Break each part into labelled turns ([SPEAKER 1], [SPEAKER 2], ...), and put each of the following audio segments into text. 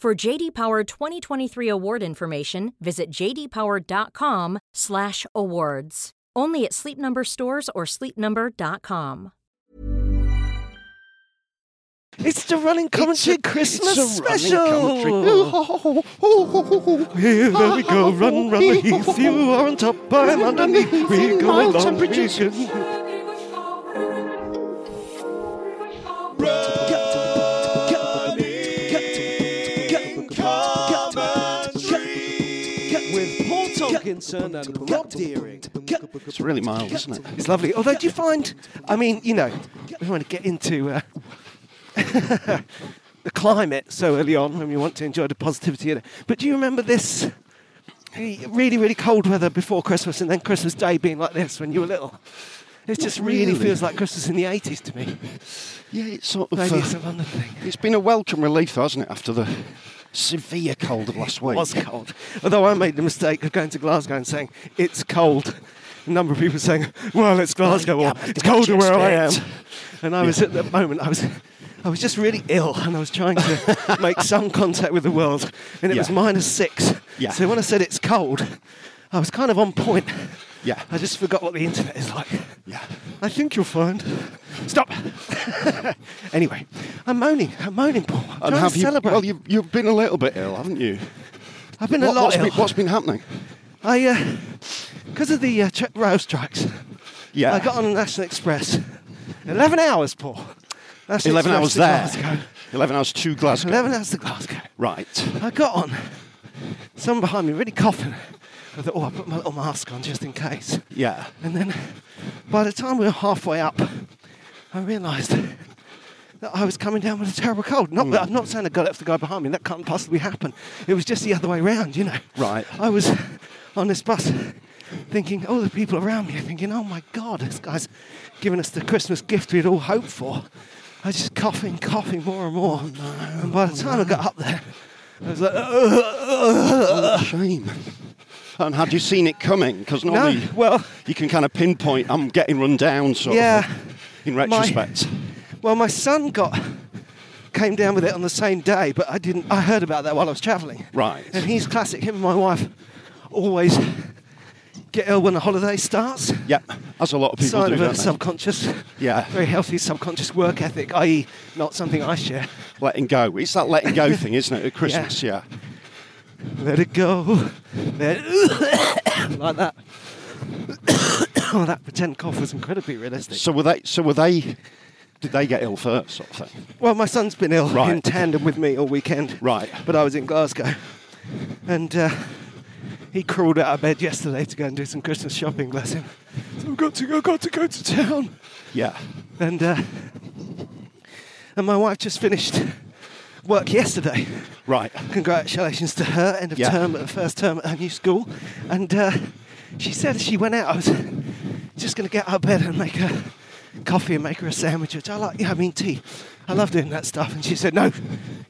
[SPEAKER 1] For JD Power 2023 award information, visit jdpower.com/awards. Only at Sleep Number stores or sleepnumber.com.
[SPEAKER 2] It's the running commentary Christmas
[SPEAKER 3] it's a running
[SPEAKER 2] special.
[SPEAKER 3] commentary.
[SPEAKER 2] Here we go, run, run beneath you are on top, I'm underneath. We go
[SPEAKER 3] Mild
[SPEAKER 2] along, we
[SPEAKER 3] temperatures.
[SPEAKER 2] go. With Paul Tolkinson and Rob Deering.
[SPEAKER 3] It's really mild, isn't it?
[SPEAKER 2] It's lovely. Although, do you find? I mean, you know, we don't want to get into uh, the climate so early on when we want to enjoy the positivity in it. But do you remember this really, really cold weather before Christmas, and then Christmas Day being like this when you were little? It just really,
[SPEAKER 3] Really?
[SPEAKER 2] feels like Christmas in the 80s to me.
[SPEAKER 3] Yeah, it's sort of.
[SPEAKER 2] Maybe it's a
[SPEAKER 3] Uh,
[SPEAKER 2] London thing.
[SPEAKER 3] it's been a welcome relief, though, hasn't it, after the severe cold of last week?
[SPEAKER 2] It was cold. Although I made the mistake of going to Glasgow and saying, it's cold. A number of people saying, well, it's Glasgow, or it's colder where I am. And I was at that moment, I was, I was just really ill and I was trying to make some contact with the world. And it
[SPEAKER 3] Yeah.
[SPEAKER 2] was minus six.
[SPEAKER 3] Yeah.
[SPEAKER 2] So when I said it's cold, I was kind of on point.
[SPEAKER 3] Yeah.
[SPEAKER 2] I just forgot what the internet is like.
[SPEAKER 3] Yeah.
[SPEAKER 2] I think you'll find. Stop. anyway, I'm moaning. I'm moaning, Paul. I'm
[SPEAKER 3] And
[SPEAKER 2] trying
[SPEAKER 3] have
[SPEAKER 2] to
[SPEAKER 3] you?
[SPEAKER 2] celebrate.
[SPEAKER 3] Well, you've, you've been a little bit ill, haven't you?
[SPEAKER 2] I've been a
[SPEAKER 3] What-
[SPEAKER 2] lot
[SPEAKER 3] what's
[SPEAKER 2] ill.
[SPEAKER 3] been- what's been happening?
[SPEAKER 2] I, because of the uh, tra- rail strikes,
[SPEAKER 3] Yeah.
[SPEAKER 2] I got on the National Express. 11 hours, Paul. National
[SPEAKER 3] 11 hours
[SPEAKER 2] Express
[SPEAKER 3] there.
[SPEAKER 2] to Glasgow.
[SPEAKER 3] 11 hours to Glasgow.
[SPEAKER 2] 11 hours to Glasgow.
[SPEAKER 3] Right.
[SPEAKER 2] I got on. Someone behind me really coughing. I thought, oh, I put my little mask on just in case.
[SPEAKER 3] Yeah.
[SPEAKER 2] And then by the time we were halfway up, I realised that I was coming down with a terrible cold. Not that I'm not saying I got it for the guy behind me, that can't possibly happen. It was just the other way round, you know.
[SPEAKER 3] Right.
[SPEAKER 2] I was on this bus thinking, all the people around me are thinking, oh my God, this guy's giving us the Christmas gift we'd all hoped for. I was just coughing, coughing more and more. and by the time I got up there, I was like,
[SPEAKER 3] Shame. And had you seen it coming? Because normally,
[SPEAKER 2] well-
[SPEAKER 3] you can kind of pinpoint. I'm getting run down, sort
[SPEAKER 2] Yeah.
[SPEAKER 3] of. In
[SPEAKER 2] My-
[SPEAKER 3] retrospect,
[SPEAKER 2] Well, my son got came down with it on the same day, but I didn't. I heard about that while I was travelling.
[SPEAKER 3] Right.
[SPEAKER 2] And he's classic. Him and my wife always get ill when the holiday starts.
[SPEAKER 3] yeah, as a lot of people
[SPEAKER 2] Sign
[SPEAKER 3] do.
[SPEAKER 2] of a
[SPEAKER 3] don't they?
[SPEAKER 2] subconscious,
[SPEAKER 3] Yeah.
[SPEAKER 2] very healthy subconscious work ethic, i.e., not something I share.
[SPEAKER 3] letting go. It's that letting go thing, isn't it? At Christmas, yeah.
[SPEAKER 2] Let it go. Let like that. oh, that pretend cough was incredibly realistic.
[SPEAKER 3] So were they? So were they? Did they get ill first, sort of thing?
[SPEAKER 2] Well, my son's been ill
[SPEAKER 3] Right.
[SPEAKER 2] in tandem with me all weekend.
[SPEAKER 3] Right.
[SPEAKER 2] But I was in Glasgow. And uh, he crawled out of bed yesterday to go and do some Christmas shopping, bless him. So I've got to go, got to go to town.
[SPEAKER 3] Yeah,
[SPEAKER 2] And, uh, and my wife just finished work yesterday.
[SPEAKER 3] right.
[SPEAKER 2] Congratulations to her, end of
[SPEAKER 3] Yeah.
[SPEAKER 2] term, at first term at her new school. And uh, she said as she went out, I was just going to get out of bed and make her coffee and make her a sandwich, which I like, yeah, I mean tea. I love doing that stuff. And she said, no,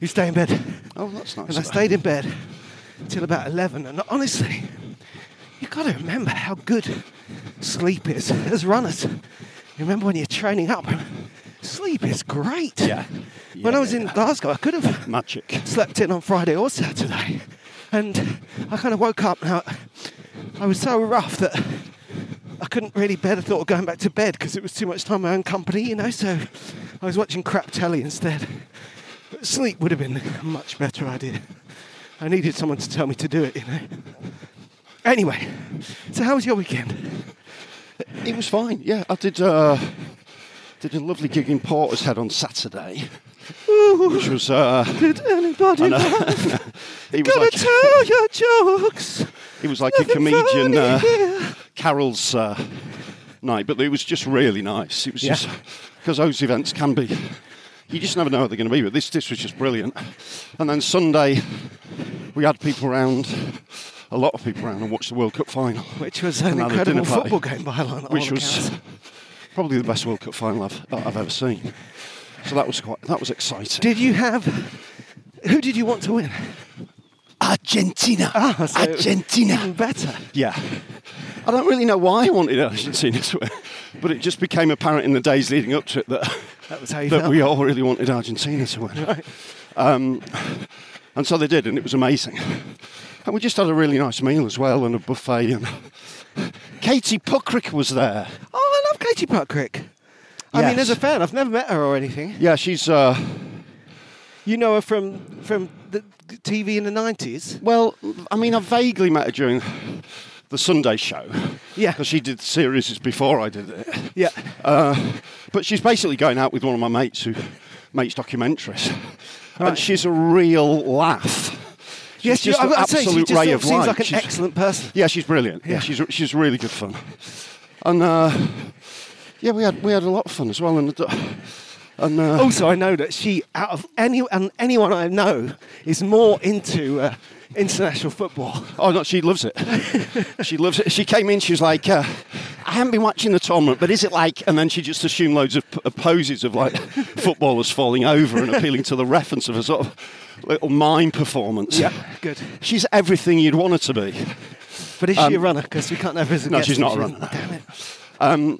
[SPEAKER 2] you stay in bed.
[SPEAKER 3] Oh, that's nice.
[SPEAKER 2] And I stayed in bed till about 11. And honestly, you've got to remember how good sleep is as runners. You remember when you're training up, sleep is great.
[SPEAKER 3] Yeah.
[SPEAKER 2] You when I
[SPEAKER 3] yeah,
[SPEAKER 2] was in
[SPEAKER 3] yeah.
[SPEAKER 2] Glasgow, I could have
[SPEAKER 3] Magic.
[SPEAKER 2] slept in on Friday or Saturday. And I kind of woke up now. I was so rough that I couldn't really bear the thought of going back to bed because it was too much time my own company, you know. So I was watching crap telly instead. But sleep would have been a much better idea. I needed someone to tell me to do it, you know. Anyway, so how was your weekend?
[SPEAKER 3] It was fine. Yeah, I did. Uh, did a lovely gig in Porter's Head on Saturday, which was. Uh,
[SPEAKER 2] Did anybody laugh?
[SPEAKER 3] it was
[SPEAKER 2] Gotta
[SPEAKER 3] like
[SPEAKER 2] tell your jokes.
[SPEAKER 3] it was like a
[SPEAKER 2] Nothing
[SPEAKER 3] comedian
[SPEAKER 2] funny
[SPEAKER 3] uh,
[SPEAKER 2] here.
[SPEAKER 3] Carol's uh, night, but it was just really nice. It was
[SPEAKER 2] Yeah.
[SPEAKER 3] just because those events can be. You just never know how they're going to be, but this this was just brilliant. And then Sunday, we had people around, a lot of people around, and watched the World Cup final.
[SPEAKER 2] Which was an
[SPEAKER 3] Another dinner
[SPEAKER 2] incredible
[SPEAKER 3] party.
[SPEAKER 2] football game by all
[SPEAKER 3] which was
[SPEAKER 2] accounts.
[SPEAKER 3] probably the best World Cup final I've, that I've ever seen. So that was quite that was exciting.
[SPEAKER 2] Did you have? Who did you want to win?
[SPEAKER 3] Argentina,
[SPEAKER 2] Ah, so- Even
[SPEAKER 3] Argentina.
[SPEAKER 2] better.
[SPEAKER 3] Yeah, I don't really know why I wanted Argentina to win, but it just became apparent in the days leading up to it that
[SPEAKER 2] That was how you
[SPEAKER 3] that
[SPEAKER 2] felt.
[SPEAKER 3] we all really wanted Argentina to win. Um, and so they did, and it was amazing. And we just had a really nice meal as well, and a buffet. And Katie Puckrick was there.
[SPEAKER 2] Oh, I love Katie Puckrick. I mean, as
[SPEAKER 3] Yes.
[SPEAKER 2] a fan, I've never met her or anything.
[SPEAKER 3] Yeah, she's. Uh,
[SPEAKER 2] You know her from from the TV in the nineties.
[SPEAKER 3] Well, I mean, I vaguely met her during the Sunday show.
[SPEAKER 2] Yeah.
[SPEAKER 3] Because she did the series before I did it.
[SPEAKER 2] Yeah.
[SPEAKER 3] Uh, but she's basically going out with one of my mates who makes documentaries.
[SPEAKER 2] Right.
[SPEAKER 3] And she's a real laugh. She's
[SPEAKER 2] yes,
[SPEAKER 3] just
[SPEAKER 2] you,
[SPEAKER 3] an
[SPEAKER 2] I'd say she
[SPEAKER 3] absolute
[SPEAKER 2] just
[SPEAKER 3] ray
[SPEAKER 2] sort
[SPEAKER 3] of
[SPEAKER 2] of seems
[SPEAKER 3] light.
[SPEAKER 2] like an
[SPEAKER 3] She's-
[SPEAKER 2] excellent person.
[SPEAKER 3] Yeah, she's brilliant. Yeah,
[SPEAKER 2] Yeah.
[SPEAKER 3] she's, she's really good fun. And uh, yeah, we had, we had a lot of fun as well. And, and uh,
[SPEAKER 2] Also, I know that she, out of any and anyone I know, is more into uh, international football.
[SPEAKER 3] Oh no, she loves it. she loves it. She came in. She was like, uh, "I haven't been watching the tournament, but is it like?" And then she just assumed loads of, p- of poses of like footballers falling over and appealing to the reference of a sort of little mime performance.
[SPEAKER 2] good.
[SPEAKER 3] she's everything you'd want her to be.
[SPEAKER 2] But is
[SPEAKER 3] Um,
[SPEAKER 2] she a runner? Because we can't have her as a
[SPEAKER 3] No,
[SPEAKER 2] guest
[SPEAKER 3] she's
[SPEAKER 2] if
[SPEAKER 3] not a
[SPEAKER 2] she
[SPEAKER 3] runner.
[SPEAKER 2] isn't. Damn it.
[SPEAKER 3] Um,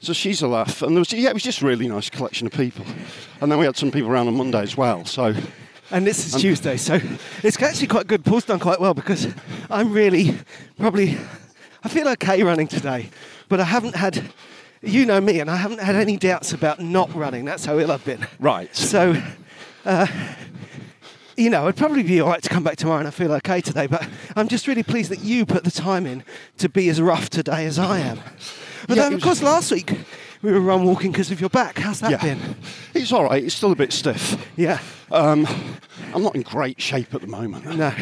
[SPEAKER 3] so she's a laugh, and there was, yeah, it was just a really nice collection of people. And then we had some people around on Monday as well. So
[SPEAKER 2] And this is Tuesday, so it's actually quite good. Paul's done quite well because I'm really probably I feel okay running today, but I haven't had you know me, and I haven't had any doubts about not running. That's how ill I've been.
[SPEAKER 3] Right.
[SPEAKER 2] So, uh, you know, I'd probably be all right to come back tomorrow, and I feel okay today. But I'm just really pleased that you put the time in to be as rough today as I am. But
[SPEAKER 3] Yeah,
[SPEAKER 2] then, of
[SPEAKER 3] it was-
[SPEAKER 2] course, last week we were run walking because of your back. How's that
[SPEAKER 3] yeah,
[SPEAKER 2] been?
[SPEAKER 3] it's all right. It's still a bit stiff.
[SPEAKER 2] Yeah.
[SPEAKER 3] Um, I'm not in great shape at the moment.
[SPEAKER 2] No.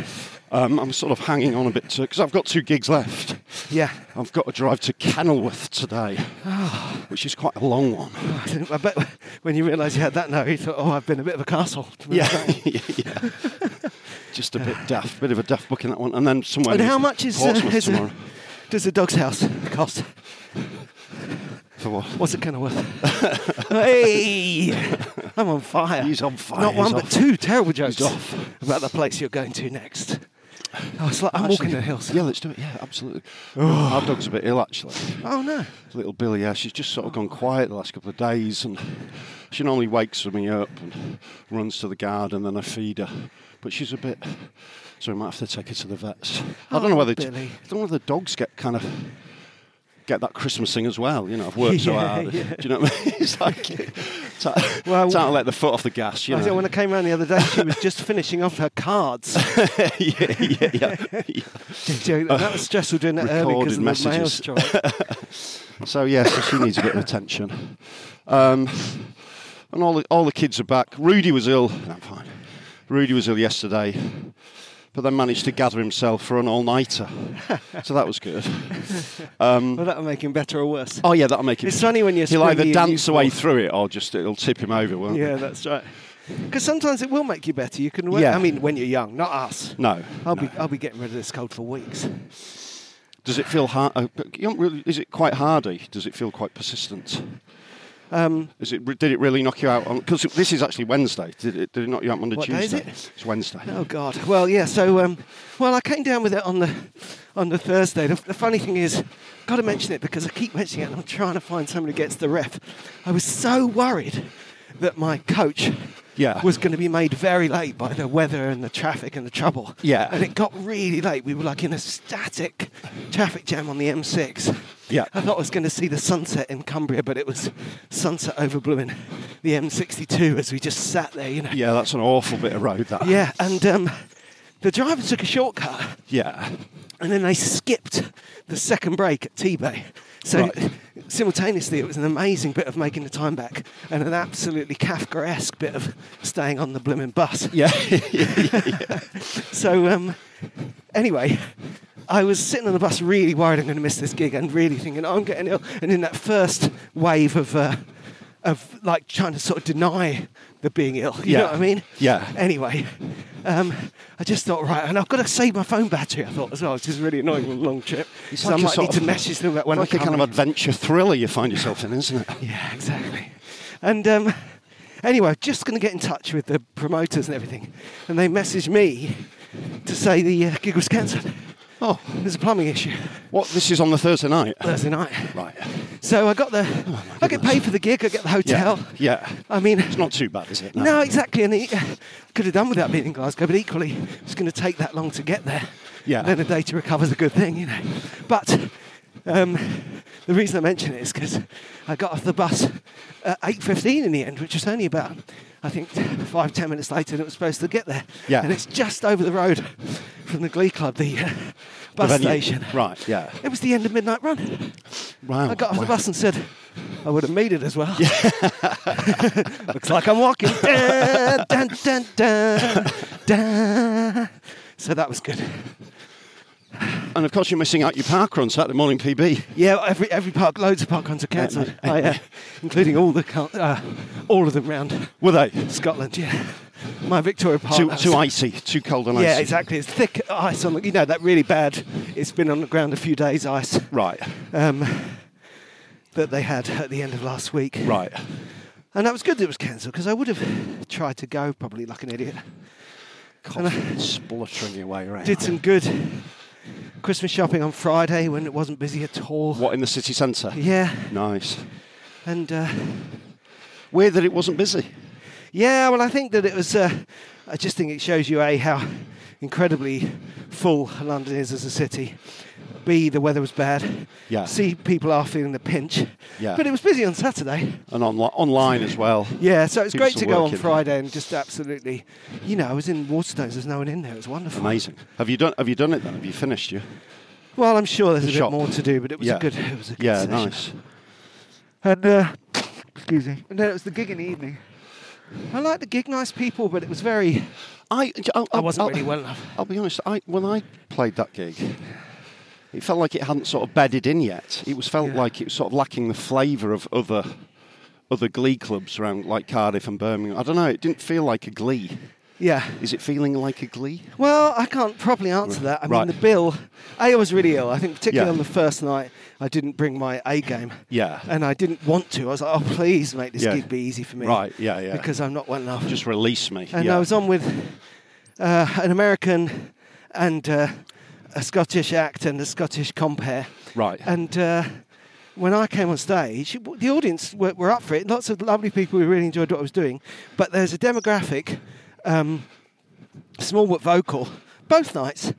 [SPEAKER 3] Um, I'm sort of hanging on a bit because I've got two gigs left.
[SPEAKER 2] Yeah.
[SPEAKER 3] I've got to drive to Kenilworth today, which is quite a long one.
[SPEAKER 2] I, didn't- I bet when you realised you had that now, you thought, oh, I've been a bit of a castle.
[SPEAKER 3] yeah. yeah. Just a bit daft, bit of a daft book in that one. And then somewhere.
[SPEAKER 2] And
[SPEAKER 3] near
[SPEAKER 2] how much is, uh,
[SPEAKER 3] Portsmouth
[SPEAKER 2] is
[SPEAKER 3] tomorrow?
[SPEAKER 2] a, does a dog's house cost?
[SPEAKER 3] For what?
[SPEAKER 2] What's it going to worth? hey! I'm on fire.
[SPEAKER 3] He's on fire,
[SPEAKER 2] Not one,
[SPEAKER 3] he's
[SPEAKER 2] but
[SPEAKER 3] off.
[SPEAKER 2] two terrible jokes
[SPEAKER 3] He's off.
[SPEAKER 2] about the place you're going to next. Oh, it's like I'm
[SPEAKER 3] Actually,
[SPEAKER 2] walking the hills.
[SPEAKER 3] Yeah, let's do it. Yeah, absolutely. Our dog's a bit ill, actually.
[SPEAKER 2] Oh, no.
[SPEAKER 3] Little Billy, yeah, she's just sort of gone quiet the last couple of days, and she normally wakes me up and runs to the garden, then I feed her. But she's a bit, so we might have to take her to the vets. I don't know
[SPEAKER 2] Oh,
[SPEAKER 3] whether
[SPEAKER 2] Billy.
[SPEAKER 3] I don't know whether dogs get kind of get that Christmas thing as well. You know, I've worked so
[SPEAKER 2] Yeah,
[SPEAKER 3] hard.
[SPEAKER 2] yeah.
[SPEAKER 3] Do you know what I mean? It's like it's like-
[SPEAKER 2] Well,
[SPEAKER 3] it's time to let the foot off the gas. You
[SPEAKER 2] I said
[SPEAKER 3] know,
[SPEAKER 2] when I came around the other day, she was just finishing off her cards.
[SPEAKER 3] yeah, yeah, yeah, yeah.
[SPEAKER 2] that was stressful doing that early because of
[SPEAKER 3] recorded
[SPEAKER 2] the mail
[SPEAKER 3] messages.
[SPEAKER 2] strike.
[SPEAKER 3] So yeah, so she needs a bit of attention. Um, and all the, all the kids are back. Rudy was ill. No, I'm fine. Rudy was ill yesterday, but then managed to gather himself for an all-nighter. so that was good.
[SPEAKER 2] Well, that'll make him better or worse.
[SPEAKER 3] Oh yeah, that'll make him.
[SPEAKER 2] It's funny when you're
[SPEAKER 3] He'll either
[SPEAKER 2] springy and
[SPEAKER 3] dance away
[SPEAKER 2] youthful.
[SPEAKER 3] through it or just it'll tip him over, won't
[SPEAKER 2] Yeah,
[SPEAKER 3] it?
[SPEAKER 2] that's right. Because sometimes it will make you better. You can work.
[SPEAKER 3] Yeah.
[SPEAKER 2] I mean, when you're young, not us.
[SPEAKER 3] No.
[SPEAKER 2] I'll
[SPEAKER 3] no.
[SPEAKER 2] be I'll be getting rid of this cold for weeks.
[SPEAKER 3] Does it feel hard? Uh, but you don't really, is it quite hardy? Does it feel quite persistent?
[SPEAKER 2] Um,
[SPEAKER 3] Is it, did it really knock you out? Because this is actually Wednesday. Did it, did it knock you out Monday,
[SPEAKER 2] What day is
[SPEAKER 3] Tuesday?
[SPEAKER 2] it?
[SPEAKER 3] It's Wednesday.
[SPEAKER 2] oh God. Well, yeah. So, um, well, I came down with it on the on the Thursday. The, the funny thing is, got to mention it because I keep mentioning it, and I'm trying to find someone who gets the ref. I was so worried that my coach
[SPEAKER 3] Yeah.
[SPEAKER 2] was going to be made very late by the weather and the traffic and the trouble.
[SPEAKER 3] Yeah.
[SPEAKER 2] And it got really late. We were like in a static traffic jam on the M6.
[SPEAKER 3] Yeah.
[SPEAKER 2] I thought I was going to see the sunset in Cumbria, but it was sunset overblowing the M62 as we just sat there, you know.
[SPEAKER 3] Yeah, that's an awful bit of road. That.
[SPEAKER 2] Yeah, and um, the driver took a shortcut
[SPEAKER 3] Yeah.
[SPEAKER 2] and then they skipped the second break at T-Bay. So
[SPEAKER 3] Right.
[SPEAKER 2] simultaneously, it was an amazing bit of making the time back and an absolutely Kafkaesque bit of staying on the blooming bus.
[SPEAKER 3] Yeah.
[SPEAKER 2] So um, anyway, I was sitting on the bus really worried I'm going to miss this gig and really thinking, oh, I'm getting ill. And in that first wave of, uh, of like trying to sort of deny the being ill, you
[SPEAKER 3] Yeah.
[SPEAKER 2] know what I mean?
[SPEAKER 3] Yeah.
[SPEAKER 2] Anyway, um, I just thought, right, and I've got to save my phone battery, I thought as well, which is really annoying on a long trip. so I
[SPEAKER 3] a
[SPEAKER 2] might
[SPEAKER 3] sort
[SPEAKER 2] need to
[SPEAKER 3] of-
[SPEAKER 2] message them about when
[SPEAKER 3] like
[SPEAKER 2] I
[SPEAKER 3] a kind of adventure thriller you find yourself in, isn't it?
[SPEAKER 2] yeah, exactly. And um, anyway, just going to get in touch with the promoters and everything. And they messaged me to say the uh, gig was cancelled.
[SPEAKER 3] Oh,
[SPEAKER 2] There's a plumbing issue
[SPEAKER 3] what? This is on the Thursday night.
[SPEAKER 2] Thursday night.
[SPEAKER 3] Right.
[SPEAKER 2] So I got the, I get paid for the gig, I get the hotel.
[SPEAKER 3] Yeah. Yeah.
[SPEAKER 2] I mean,
[SPEAKER 3] It's not too bad, is it?
[SPEAKER 2] no, exactly. And it, could have done without being in Glasgow, but equally, it's going to take that long to get there.
[SPEAKER 3] Yeah.
[SPEAKER 2] Then a day to recover is a good thing, you know. But um, the reason I mention it is because I got off the bus at 8.15 in the end, which was only about, I think, five, ten minutes later than it was supposed to get there.
[SPEAKER 3] Yeah.
[SPEAKER 2] And it's just over the road from the Glee Club, the uh,
[SPEAKER 3] The
[SPEAKER 2] bus
[SPEAKER 3] venue.
[SPEAKER 2] station.
[SPEAKER 3] Right. Yeah.
[SPEAKER 2] It was the end of Midnight Run.
[SPEAKER 3] Wow.
[SPEAKER 2] I got off the
[SPEAKER 3] Wow.
[SPEAKER 2] bus and said, I would have made it as well. Looks like I'm walking. Dun, dun, dun, dun, dun. So that was good.
[SPEAKER 3] And of course, you're missing out your park on Saturday morning PB.
[SPEAKER 2] Yeah, every every park, loads of park runs are cancelled, I, uh, including all the cal- uh, all of them round
[SPEAKER 3] Were they?
[SPEAKER 2] Scotland. Yeah, my Victoria Park.
[SPEAKER 3] too
[SPEAKER 2] that
[SPEAKER 3] too
[SPEAKER 2] was-
[SPEAKER 3] icy, too cold and icy.
[SPEAKER 2] Yeah, exactly. It's thick ice on the. You know that really bad. It's been on the ground a few days. Ice
[SPEAKER 3] Right.
[SPEAKER 2] um, that they had at the end of last week.
[SPEAKER 3] Right.
[SPEAKER 2] And that was good that it was cancelled because I would have tried to go probably like an idiot. And I
[SPEAKER 3] Coffee spluttering your way around.
[SPEAKER 2] did some good Christmas shopping on Friday when it wasn't busy at all.
[SPEAKER 3] What in the city centre?
[SPEAKER 2] Yeah,
[SPEAKER 3] Nice.
[SPEAKER 2] and uh,
[SPEAKER 3] Weird that it wasn't busy.
[SPEAKER 2] yeah, well, I think that it was. Uh, I just think it shows you a how incredibly full London is as a city. B the weather was bad.
[SPEAKER 3] Yeah.
[SPEAKER 2] C people are feeling the pinch.
[SPEAKER 3] Yeah.
[SPEAKER 2] But it was busy on Saturday.
[SPEAKER 3] And onli- online as well.
[SPEAKER 2] Yeah, so it was
[SPEAKER 3] People
[SPEAKER 2] great to
[SPEAKER 3] still
[SPEAKER 2] go on
[SPEAKER 3] working.
[SPEAKER 2] Friday and just absolutely, you know, I was in Waterstones. There's no one in there. It was wonderful.
[SPEAKER 3] Amazing. Have you done? Have you done it then? Have you finished? You?
[SPEAKER 2] Well, I'm sure there's a
[SPEAKER 3] The
[SPEAKER 2] bit
[SPEAKER 3] shop.
[SPEAKER 2] more to do, but it was
[SPEAKER 3] Yeah.
[SPEAKER 2] a good. It was a good
[SPEAKER 3] Yeah.
[SPEAKER 2] session.
[SPEAKER 3] Nice.
[SPEAKER 2] And uh, excuse me. And then it was the gig in the evening. I liked the gig, nice people, but it was very.
[SPEAKER 3] I. I,
[SPEAKER 2] I wasn't really well enough.
[SPEAKER 3] I'll be honest. I when I played that gig, it felt like it hadn't sort of bedded in yet. It was felt
[SPEAKER 2] Yeah.
[SPEAKER 3] like it was sort of lacking the flavour of other other Glee clubs around like Cardiff and Birmingham. I don't know. It didn't feel like a Glee.
[SPEAKER 2] Yeah.
[SPEAKER 3] Is it feeling like a Glee?
[SPEAKER 2] Well, I can't properly answer that. I mean,
[SPEAKER 3] Right.
[SPEAKER 2] the bill. A, I was really ill. I think particularly
[SPEAKER 3] Yeah.
[SPEAKER 2] on the first night, I didn't bring my A game.
[SPEAKER 3] Yeah.
[SPEAKER 2] And I didn't want to. I was like, oh, please make this
[SPEAKER 3] Yeah.
[SPEAKER 2] gig be easy for me.
[SPEAKER 3] Right, yeah, yeah.
[SPEAKER 2] Because I'm not well enough.
[SPEAKER 3] Just release me.
[SPEAKER 2] and
[SPEAKER 3] yeah.
[SPEAKER 2] I was on with uh, an American and uh, a Scottish act and a Scottish compere.
[SPEAKER 3] Right.
[SPEAKER 2] And uh, when I came on stage, w- the audience were, were up for it. Lots of lovely people who really enjoyed what I was doing. But there's a demographic, um, small but vocal, both nights,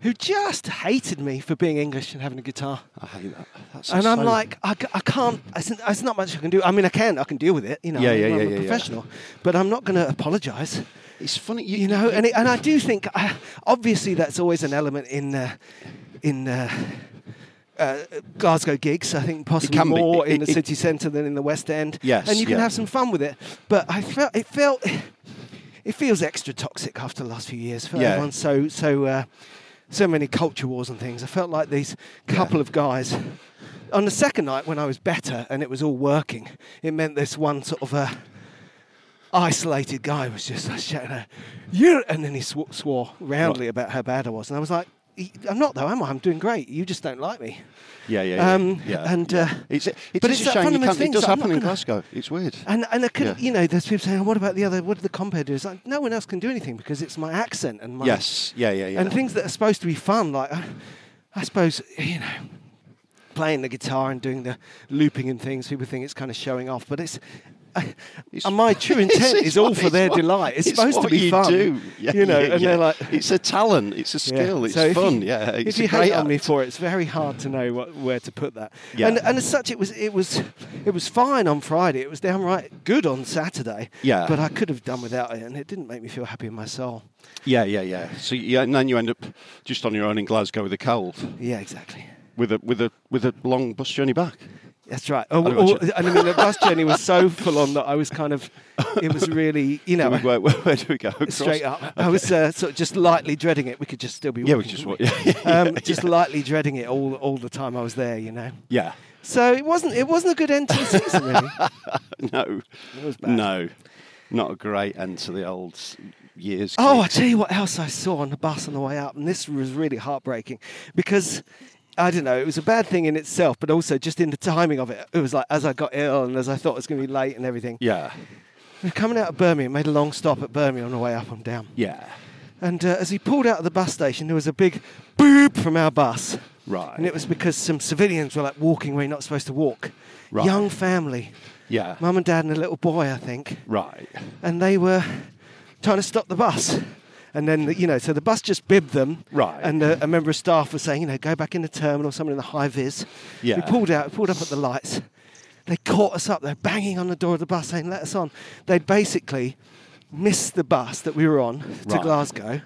[SPEAKER 2] who just hated me for being English and having a guitar.
[SPEAKER 3] I hate that. That's
[SPEAKER 2] And I'm
[SPEAKER 3] so-
[SPEAKER 2] like, I, ca- I can't, it's, n- it's not much I can do. I mean, I can, I can deal with it, you know,
[SPEAKER 3] Yeah,
[SPEAKER 2] I'm,
[SPEAKER 3] yeah,
[SPEAKER 2] I'm
[SPEAKER 3] yeah,
[SPEAKER 2] a
[SPEAKER 3] yeah, yeah.
[SPEAKER 2] professional, but I'm not going to apologise,
[SPEAKER 3] it's funny, you,
[SPEAKER 2] you know. And, it, and I do think, I, obviously, that's always an element in, uh, in uh, uh, Glasgow gigs, I think, possibly
[SPEAKER 3] can be.
[SPEAKER 2] more
[SPEAKER 3] It-
[SPEAKER 2] in
[SPEAKER 3] it-
[SPEAKER 2] the
[SPEAKER 3] it-
[SPEAKER 2] city centre than in the West End.
[SPEAKER 3] Yes,
[SPEAKER 2] And you can
[SPEAKER 3] yeah.
[SPEAKER 2] have some fun with it. But I felt, it felt, it feels extra toxic after the last few years for
[SPEAKER 3] Yeah.
[SPEAKER 2] everyone. So, so, uh, so many culture wars and things. I felt like these couple of guys. On the second night, when I was better and it was all working, it meant this one sort of uh, isolated guy was just like shouting, out, "You!" and then he sw- swore roundly about how bad I was, and I was like, "Y- "I'm not though, am I? I'm doing great. You just don't like me."
[SPEAKER 3] yeah, yeah, yeah,
[SPEAKER 2] um,
[SPEAKER 3] yeah.
[SPEAKER 2] and,
[SPEAKER 3] yeah.
[SPEAKER 2] uh,
[SPEAKER 3] it's, it
[SPEAKER 2] but
[SPEAKER 3] is
[SPEAKER 2] it's
[SPEAKER 3] a
[SPEAKER 2] that
[SPEAKER 3] shame you
[SPEAKER 2] fundamental
[SPEAKER 3] can't.
[SPEAKER 2] thing,
[SPEAKER 3] It does
[SPEAKER 2] so I'm
[SPEAKER 3] happen
[SPEAKER 2] not
[SPEAKER 3] in
[SPEAKER 2] gonna-
[SPEAKER 3] Glasgow. It's weird.
[SPEAKER 2] And and I could,
[SPEAKER 3] Yeah.
[SPEAKER 2] you know, there's people saying, "What about the other? What did the compere do?" It's like no one else can do anything because it's my accent and my
[SPEAKER 3] yes, yeah, yeah, yeah.
[SPEAKER 2] and things that are supposed to be fun, like I, I suppose you know, playing the guitar and doing the looping and things. People think it's kind of showing off, but it's and my true intent
[SPEAKER 3] It's-
[SPEAKER 2] is all
[SPEAKER 3] it's
[SPEAKER 2] for their
[SPEAKER 3] what-
[SPEAKER 2] delight. It's,
[SPEAKER 3] it's
[SPEAKER 2] supposed
[SPEAKER 3] what
[SPEAKER 2] to be
[SPEAKER 3] you
[SPEAKER 2] fun,
[SPEAKER 3] do. Yeah,
[SPEAKER 2] you know.
[SPEAKER 3] yeah,
[SPEAKER 2] and
[SPEAKER 3] yeah.
[SPEAKER 2] they're like,
[SPEAKER 3] it's a talent. It's a skill. It's
[SPEAKER 2] so if
[SPEAKER 3] fun.
[SPEAKER 2] you-
[SPEAKER 3] yeah,
[SPEAKER 2] If
[SPEAKER 3] it's
[SPEAKER 2] you
[SPEAKER 3] a great
[SPEAKER 2] hate on me
[SPEAKER 3] act.
[SPEAKER 2] for it, it's very hard to know what, where to put that.
[SPEAKER 3] Yeah.
[SPEAKER 2] And, and as such, it was it was it was fine on Friday. It was downright good on Saturday.
[SPEAKER 3] Yeah.
[SPEAKER 2] But I could have done without it, and it didn't make me feel happy in my soul.
[SPEAKER 3] Yeah, yeah, yeah. So yeah, and then you end up just on your own in Glasgow with a cold,
[SPEAKER 2] Yeah, exactly.
[SPEAKER 3] with a with a with a long bus journey back.
[SPEAKER 2] That's right. Oh,
[SPEAKER 3] Otherwise
[SPEAKER 2] oh,
[SPEAKER 3] you-
[SPEAKER 2] and I mean, the bus journey was so full on that I was kind of, it was really, you know,
[SPEAKER 3] Where, where, where do we go? Across?
[SPEAKER 2] straight up. I was uh, sort of just lightly dreading it. We could just still be
[SPEAKER 3] Yeah,
[SPEAKER 2] walking.
[SPEAKER 3] we just
[SPEAKER 2] couldn't
[SPEAKER 3] wa- yeah, yeah,
[SPEAKER 2] um, just lightly dreading it all all the time I was there, you know.
[SPEAKER 3] Yeah.
[SPEAKER 2] So it wasn't it wasn't a good end to the season really.
[SPEAKER 3] No.
[SPEAKER 2] was bad.
[SPEAKER 3] No. Not a great end to the old s- years.
[SPEAKER 2] Oh, I
[SPEAKER 3] kid.
[SPEAKER 2] tell you what else I saw on the bus on the way up, and this was really heartbreaking because I don't know, it was a bad thing in itself, but also just in the timing of it, it was like as I got ill and as I thought it was going to be late and everything.
[SPEAKER 3] yeah.
[SPEAKER 2] We were coming out of Birmingham, made a long stop at Birmingham on the way up and down.
[SPEAKER 3] Yeah.
[SPEAKER 2] And uh, as he pulled out of the bus station, there was a big boop from our bus.
[SPEAKER 3] Right.
[SPEAKER 2] And it was because some civilians were like walking where you're not supposed to walk.
[SPEAKER 3] Right.
[SPEAKER 2] Young family,
[SPEAKER 3] Yeah.
[SPEAKER 2] mum and dad and a little boy, I think.
[SPEAKER 3] Right.
[SPEAKER 2] and they were trying to stop the bus. And then, you know, so the bus just bibbed them.
[SPEAKER 3] Right.
[SPEAKER 2] And uh, a, a member of staff was saying, you know, go back in the terminal, someone in the high vis.
[SPEAKER 3] Yeah.
[SPEAKER 2] We pulled out, pulled up at the lights. They caught us up. They're banging on the door of the bus saying, let us on. They'd basically missed the bus that we were on to
[SPEAKER 3] Right.
[SPEAKER 2] Glasgow.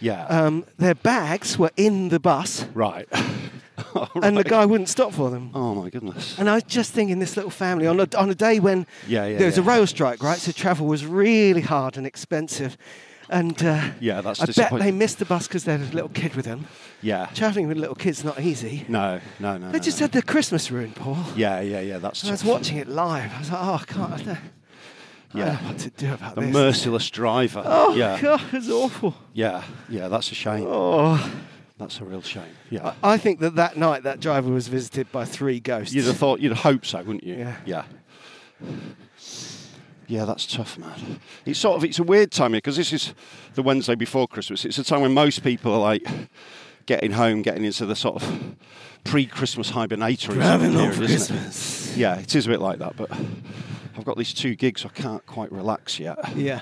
[SPEAKER 3] Yeah.
[SPEAKER 2] Um, their bags were in the bus,
[SPEAKER 3] right.
[SPEAKER 2] and the guy wouldn't stop for them.
[SPEAKER 3] oh my goodness.
[SPEAKER 2] And I was just thinking, this little family on a, on a day when
[SPEAKER 3] Yeah, yeah,
[SPEAKER 2] there was a
[SPEAKER 3] yeah.
[SPEAKER 2] rail strike, right? So travel was really hard and expensive. And uh,
[SPEAKER 3] Yeah, that's
[SPEAKER 2] I bet
[SPEAKER 3] disappointing.
[SPEAKER 2] they missed the bus because they had a little kid with them.
[SPEAKER 3] Yeah.
[SPEAKER 2] Traveling with a little kid's not easy.
[SPEAKER 3] No. No. No.
[SPEAKER 2] They
[SPEAKER 3] no,
[SPEAKER 2] just
[SPEAKER 3] no.
[SPEAKER 2] had their Christmas ruined, Paul.
[SPEAKER 3] Yeah. Yeah. Yeah. That's.
[SPEAKER 2] And I was
[SPEAKER 3] tough.
[SPEAKER 2] watching it live. I was like, oh, I can't. I don't, I don't know
[SPEAKER 3] Yeah.
[SPEAKER 2] what to do about
[SPEAKER 3] The
[SPEAKER 2] Oh, this.
[SPEAKER 3] merciless driver.
[SPEAKER 2] Oh,
[SPEAKER 3] yeah.
[SPEAKER 2] God, it's awful.
[SPEAKER 3] Yeah. Yeah. That's a shame.
[SPEAKER 2] Oh,
[SPEAKER 3] That's a real shame. Yeah.
[SPEAKER 2] I, I think that that night that driver was visited by three ghosts.
[SPEAKER 3] You'd have thought, you'd hope so, wouldn't you?
[SPEAKER 2] Yeah.
[SPEAKER 3] Yeah. Yeah, that's tough, man. It's sort of it's a weird time here because this is the Wednesday before Christmas. It's a time when most people are like getting home, getting into the sort of pre-Christmas hibernatory
[SPEAKER 2] Driving
[SPEAKER 3] period,
[SPEAKER 2] on for
[SPEAKER 3] isn't it?
[SPEAKER 2] Christmas.
[SPEAKER 3] Yeah, it is a bit like that, but I've got these two gigs, so I can't quite relax yet.
[SPEAKER 2] Yeah.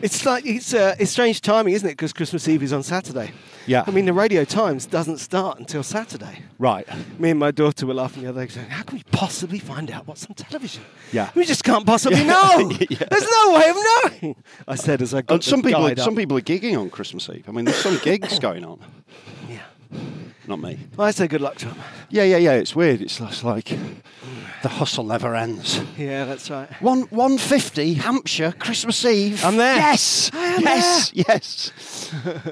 [SPEAKER 2] It's like it's uh, it's strange timing, isn't it? Because Christmas Eve is on Saturday.
[SPEAKER 3] Yeah.
[SPEAKER 2] I mean, the Radio Times doesn't start until Saturday.
[SPEAKER 3] Right.
[SPEAKER 2] Me and my daughter were laughing the other day, saying, "How can we possibly find out what's on television?
[SPEAKER 3] Yeah.
[SPEAKER 2] We just can't possibly know. There's no way of knowing." I said as I got
[SPEAKER 3] And some
[SPEAKER 2] the
[SPEAKER 3] people,
[SPEAKER 2] guide up.
[SPEAKER 3] some people are gigging on Christmas Eve. I mean, there's some gigs going on.
[SPEAKER 2] Yeah.
[SPEAKER 3] Not me.
[SPEAKER 2] I say good luck to them.
[SPEAKER 3] Yeah, yeah, yeah. It's weird. It's just like the hustle never ends.
[SPEAKER 2] Yeah, that's right.
[SPEAKER 3] One one fifty Hampshire Christmas Eve.
[SPEAKER 2] I'm there.
[SPEAKER 3] Yes, yes, yes.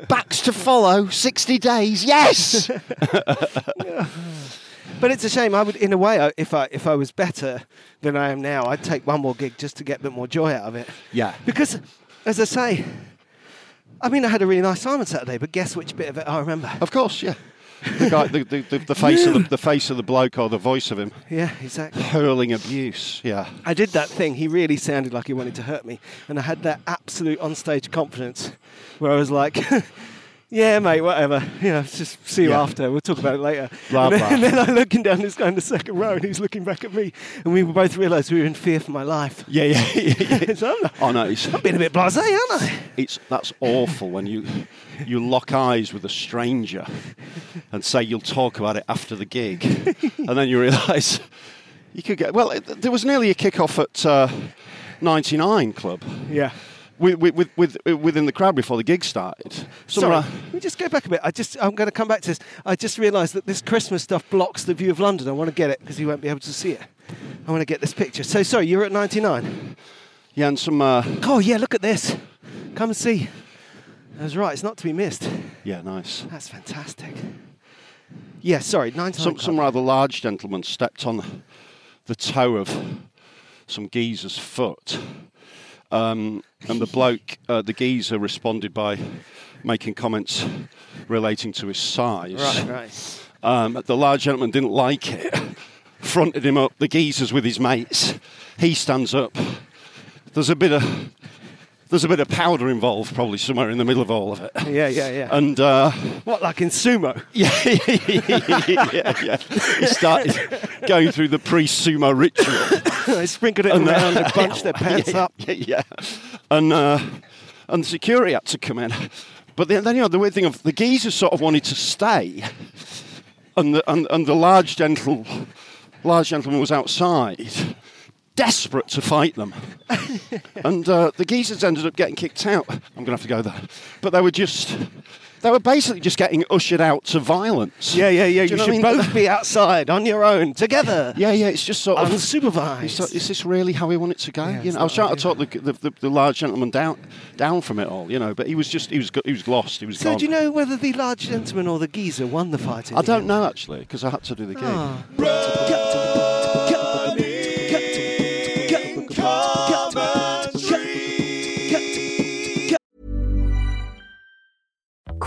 [SPEAKER 3] Backs to follow. Sixty days. Yes.
[SPEAKER 2] But it's a shame. I would, in a way, I- if I if I was better than I am now, I'd take one more gig just to get a bit more joy out of it.
[SPEAKER 3] Yeah.
[SPEAKER 2] Because, as I say, I mean, I had a really nice time on Saturday. But guess which bit of it I remember?
[SPEAKER 3] of course, yeah. The guy, the, the, the, the face of the, the face of the bloke or the voice of him
[SPEAKER 2] Yeah, exactly.
[SPEAKER 3] hurling abuse. Yeah.
[SPEAKER 2] I did that thing. He really sounded like he wanted to hurt me, and I had that absolute onstage confidence where I was like. Yeah, mate, whatever. You know, just see you
[SPEAKER 3] Yeah.
[SPEAKER 2] after. We'll talk about it later.
[SPEAKER 3] Blah,
[SPEAKER 2] and, then,
[SPEAKER 3] blah.
[SPEAKER 2] and then I'm looking down this guy in the second row, and he's looking back at me, and we both realised we were in fear for my life.
[SPEAKER 3] Yeah, yeah, yeah, yeah.
[SPEAKER 2] So I'm like,
[SPEAKER 3] Oh no, it's,
[SPEAKER 2] I've been a bit blasé, haven't I?
[SPEAKER 3] it's that's awful when you you lock eyes with a stranger and say you'll talk about it after the gig, and then you realise you could get. Well, it, there was nearly a kick off at uh, 99 Club.
[SPEAKER 2] Yeah.
[SPEAKER 3] with, with, with, with, within the crowd before the gig started. uh,
[SPEAKER 2] Sorry,
[SPEAKER 3] Someone-
[SPEAKER 2] let me just go back a bit. I just, I'm going to come back to this. I just realised that this Christmas stuff blocks the view of London. I want to get it because you won't be able to see it. I want to get this picture. So sorry, you're at 99.
[SPEAKER 3] yeah, and some. Uh,
[SPEAKER 2] Oh yeah, look at this. Come and see. I was right. It's not to be missed.
[SPEAKER 3] yeah, nice.
[SPEAKER 2] That's fantastic. Yeah, sorry, 99.
[SPEAKER 3] Some, some
[SPEAKER 2] Club.
[SPEAKER 3] rather large gentleman stepped on the toe of some geezer's foot. Um, and the bloke, uh, the geezer, responded by making comments relating to his size.
[SPEAKER 2] Right, right.
[SPEAKER 3] Um, the large gentleman didn't like it, fronted him up. The geezer's with his mates. He stands up. There's a bit of there's a bit of powder involved, probably somewhere in the middle of all of it.
[SPEAKER 2] Yeah, yeah, yeah.
[SPEAKER 3] And uh,
[SPEAKER 2] what, like in sumo?
[SPEAKER 3] yeah, yeah, yeah, yeah. He started going through the pre-sumo ritual.
[SPEAKER 2] they sprinkled it around, they bunched their pants
[SPEAKER 3] yeah,
[SPEAKER 2] up.
[SPEAKER 3] Yeah, yeah. And, uh, and the security had to come in. But then, then you know, the weird thing of the geezers sort of wanted to stay, and the, and, and the large, gentle, large gentleman was outside, desperate to fight them. and uh, the geezers ended up getting kicked out. I'm going to have to go there. But they were just, they were basically just getting ushered out to violence.
[SPEAKER 2] Yeah, yeah, yeah.
[SPEAKER 3] Do
[SPEAKER 2] You,
[SPEAKER 3] know
[SPEAKER 2] should
[SPEAKER 3] what I mean?
[SPEAKER 2] both be outside on your own together.
[SPEAKER 3] Yeah, yeah, it's just sort of
[SPEAKER 2] Unsupervised.
[SPEAKER 3] So is this really how we want it to go?
[SPEAKER 2] Yeah,
[SPEAKER 3] you
[SPEAKER 2] it's
[SPEAKER 3] know, I was
[SPEAKER 2] not
[SPEAKER 3] trying to talk the, the, the, the large gentleman down down from it all, you know, but he was just he was go- he was lost. He was
[SPEAKER 2] So
[SPEAKER 3] gone.
[SPEAKER 2] do you know whether the large gentleman or the geezer won the fight? in
[SPEAKER 3] I
[SPEAKER 2] the
[SPEAKER 3] don't
[SPEAKER 2] end?
[SPEAKER 3] know actually because I had to do the game.
[SPEAKER 2] Ah.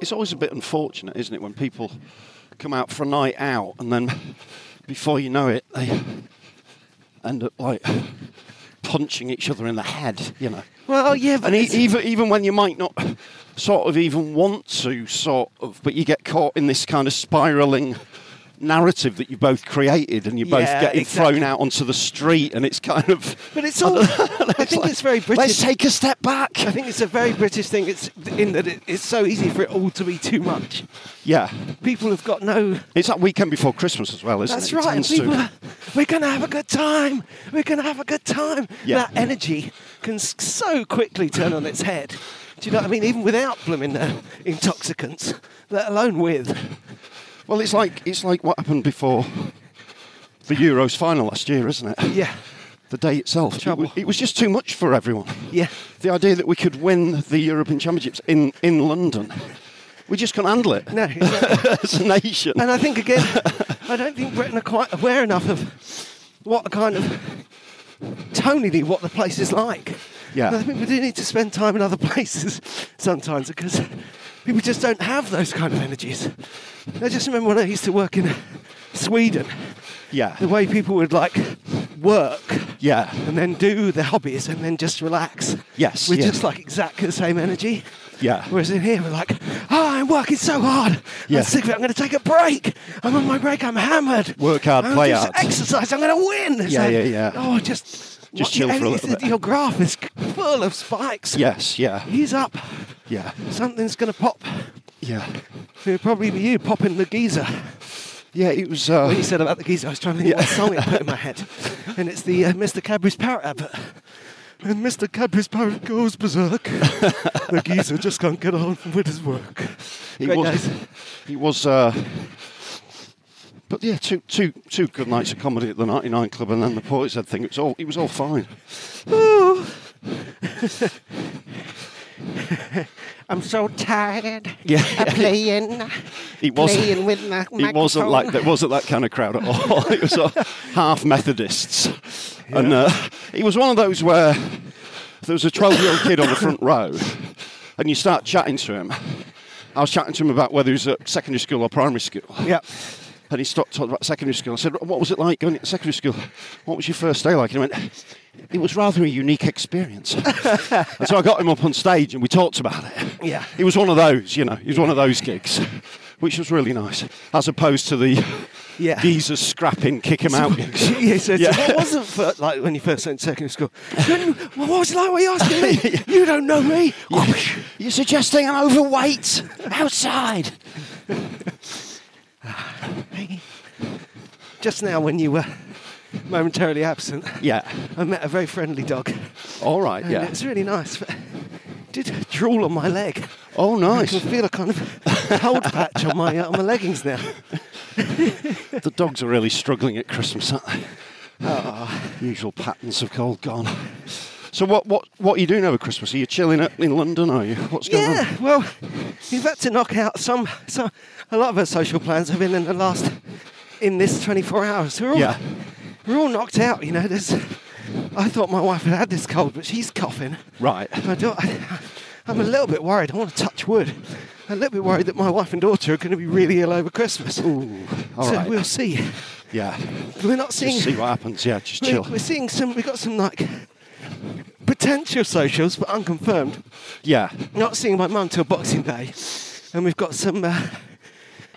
[SPEAKER 3] It's always a bit unfortunate, isn't it, when people come out for a night out and then before you know it, they end up like punching each other in the head, you know.
[SPEAKER 2] Well, yeah, but
[SPEAKER 3] And e-
[SPEAKER 2] it's-
[SPEAKER 3] even even when you might not sort of even want to, sort of, but you get caught in this kind of spiraling narrative that you both created, and you're
[SPEAKER 2] Yeah,
[SPEAKER 3] both getting
[SPEAKER 2] exactly.
[SPEAKER 3] thrown out onto the street, and it's kind of.
[SPEAKER 2] But it's all. I think
[SPEAKER 3] like,
[SPEAKER 2] it's very
[SPEAKER 3] Let's
[SPEAKER 2] British.
[SPEAKER 3] take a step back.
[SPEAKER 2] I think it's a very British thing. It's in that it, it's so easy for it all to be too much.
[SPEAKER 3] yeah,
[SPEAKER 2] People have got no.
[SPEAKER 3] it's that weekend before Christmas as well, isn't
[SPEAKER 2] That's
[SPEAKER 3] it? It
[SPEAKER 2] right.
[SPEAKER 3] tends
[SPEAKER 2] People
[SPEAKER 3] to-
[SPEAKER 2] are, we're going to have a good time. We're going to have a good time.
[SPEAKER 3] Yeah.
[SPEAKER 2] That energy can s- so quickly turn on its head. Do you know what I mean? Even without blooming uh, intoxicants, let alone with.
[SPEAKER 3] Well, it's like it's like what happened before the Euros final last year, isn't it?
[SPEAKER 2] Yeah.
[SPEAKER 3] The day itself, it,
[SPEAKER 2] Trouble.
[SPEAKER 3] wa- it was just too much for everyone.
[SPEAKER 2] Yeah.
[SPEAKER 3] The idea that we could win the European Championships in, in London, we just couldn't handle it
[SPEAKER 2] No. exactly.
[SPEAKER 3] as a nation.
[SPEAKER 2] and I think again, I don't think Britain are quite aware enough of what kind of tonally what the place is like.
[SPEAKER 3] Yeah.
[SPEAKER 2] And I think we do need to spend time in other places sometimes because people just don't have those kind of energies. I just remember when I used to work in Sweden,
[SPEAKER 3] yeah,
[SPEAKER 2] uh, the way people would like work
[SPEAKER 3] yeah,
[SPEAKER 2] and then do their hobbies and then just relax.
[SPEAKER 3] Yes,
[SPEAKER 2] We're
[SPEAKER 3] yes.
[SPEAKER 2] just like exactly the same energy.
[SPEAKER 3] Yeah.
[SPEAKER 2] Whereas in here, we're like, oh, I'm working so hard.
[SPEAKER 3] Yeah.
[SPEAKER 2] I'm sick of it. I'm going to take a break. I'm on my break. I'm hammered.
[SPEAKER 3] Work hard,
[SPEAKER 2] I'm
[SPEAKER 3] play
[SPEAKER 2] just
[SPEAKER 3] hard."
[SPEAKER 2] Exercise. I'm going to win. It's
[SPEAKER 3] Yeah,
[SPEAKER 2] like,
[SPEAKER 3] yeah, yeah.
[SPEAKER 2] Oh, just.
[SPEAKER 3] Just
[SPEAKER 2] your
[SPEAKER 3] chill for a
[SPEAKER 2] energy-
[SPEAKER 3] little bit.
[SPEAKER 2] Your graph is full of spikes.
[SPEAKER 3] yes, yeah,
[SPEAKER 2] He's up.
[SPEAKER 3] yeah,
[SPEAKER 2] Something's going to pop.
[SPEAKER 3] yeah,
[SPEAKER 2] It'll probably be you popping the geezer.
[SPEAKER 3] yeah. It was.
[SPEAKER 2] When
[SPEAKER 3] Uh,
[SPEAKER 2] you said about the geezer, I was trying to think what song it put in my head. And it's the uh, Mr. Cadbury's Parrot advert. And Mr. Cadbury's Parrot goes berserk. the geezer just can't get on with his work.
[SPEAKER 3] it
[SPEAKER 2] Great
[SPEAKER 3] was.
[SPEAKER 2] days.
[SPEAKER 3] It was. Uh, but yeah, two, two, two good nights of comedy at the 99 Club and then the Portishead thing. It was all, it was all fine.
[SPEAKER 2] I'm so tired.
[SPEAKER 3] Yeah.
[SPEAKER 2] I'm playing.
[SPEAKER 3] It wasn't,
[SPEAKER 2] Playing with my
[SPEAKER 3] it
[SPEAKER 2] microphone.
[SPEAKER 3] wasn't like that. Wasn't that kind of crowd at all. it was sort of half Methodists, and uh, it was one of those where there was a twelve-year-old kid on the front row, and you start chatting to him. I was chatting to him about whether he was at secondary school or primary school,
[SPEAKER 2] Yep.
[SPEAKER 3] And he stopped talking about secondary school. I said, What was it like going to secondary school? What was your first day like? And he went, It was rather a unique experience. and so I got him up on stage and we talked about it.
[SPEAKER 2] Yeah.
[SPEAKER 3] He was one of those, you know, he was one of those gigs, which was really nice, as opposed to the
[SPEAKER 2] Yeah.
[SPEAKER 3] geezer scrapping, kick him out gigs.
[SPEAKER 2] yeah, so
[SPEAKER 3] Yeah.
[SPEAKER 2] what wasn't fir- like when you first went to secondary school? You don't even- what was it like? What you asking me? You don't know me. Oh,
[SPEAKER 3] You're suggesting I'm overweight outside.
[SPEAKER 2] Just now, when you were momentarily absent,
[SPEAKER 3] Yeah.
[SPEAKER 2] I met a very friendly dog.
[SPEAKER 3] All right.
[SPEAKER 2] And
[SPEAKER 3] Yeah.
[SPEAKER 2] It's really nice. But did drool on my leg.
[SPEAKER 3] Oh,
[SPEAKER 2] I
[SPEAKER 3] nice.
[SPEAKER 2] can feel a kind of cold patch on my uh, on my leggings now.
[SPEAKER 3] the dogs are really struggling at Christmas, aren't they? Usual patterns of cold gone. So what, what, what are you doing over Christmas? Are you chilling up in London? Are you? What's going
[SPEAKER 2] Yeah,
[SPEAKER 3] on?
[SPEAKER 2] well, you've had to knock out some, some. A lot of our social plans have been in the last, in this 24 hours. We're all,
[SPEAKER 3] Yeah.
[SPEAKER 2] we're all knocked out. You know, there's. I thought my wife had had this cold, but she's coughing.
[SPEAKER 3] Right.
[SPEAKER 2] I do, I, I'm a little bit worried. I want to touch wood. I'm a little bit worried that my wife and daughter are going to be really ill over Christmas. Ooh,
[SPEAKER 3] all
[SPEAKER 2] so
[SPEAKER 3] right.
[SPEAKER 2] we'll see.
[SPEAKER 3] Yeah.
[SPEAKER 2] We're not seeing.
[SPEAKER 3] Just see what happens. Yeah, just
[SPEAKER 2] we're,
[SPEAKER 3] chill.
[SPEAKER 2] we're seeing some. We've got some like potential socials, but unconfirmed
[SPEAKER 3] Yeah.
[SPEAKER 2] not seeing my mum till Boxing Day, and we've got some. Uh,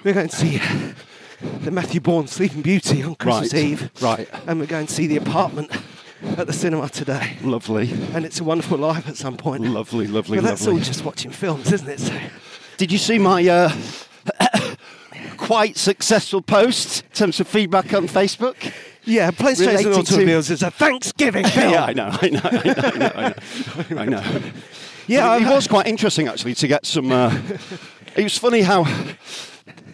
[SPEAKER 2] we're going to see uh, the Matthew Bourne Sleeping Beauty on Christmas
[SPEAKER 3] Right,
[SPEAKER 2] Eve.
[SPEAKER 3] right.
[SPEAKER 2] And we're going to see the apartment at the cinema today.
[SPEAKER 3] Lovely.
[SPEAKER 2] And it's a wonderful life at some point.
[SPEAKER 3] Lovely, lovely,
[SPEAKER 2] But that's
[SPEAKER 3] lovely.
[SPEAKER 2] all just watching films, isn't it? So,
[SPEAKER 3] Did you see my uh, quite successful post in terms of feedback on Facebook?
[SPEAKER 2] yeah, Planes, Trains and
[SPEAKER 3] Relating to-
[SPEAKER 2] Automobiles is a Thanksgiving film.
[SPEAKER 3] Yeah, I know, I know, I know, I know, I know. I know.
[SPEAKER 2] Yeah,
[SPEAKER 3] it, it
[SPEAKER 2] I've-
[SPEAKER 3] was quite interesting actually to get some. Uh, it was funny how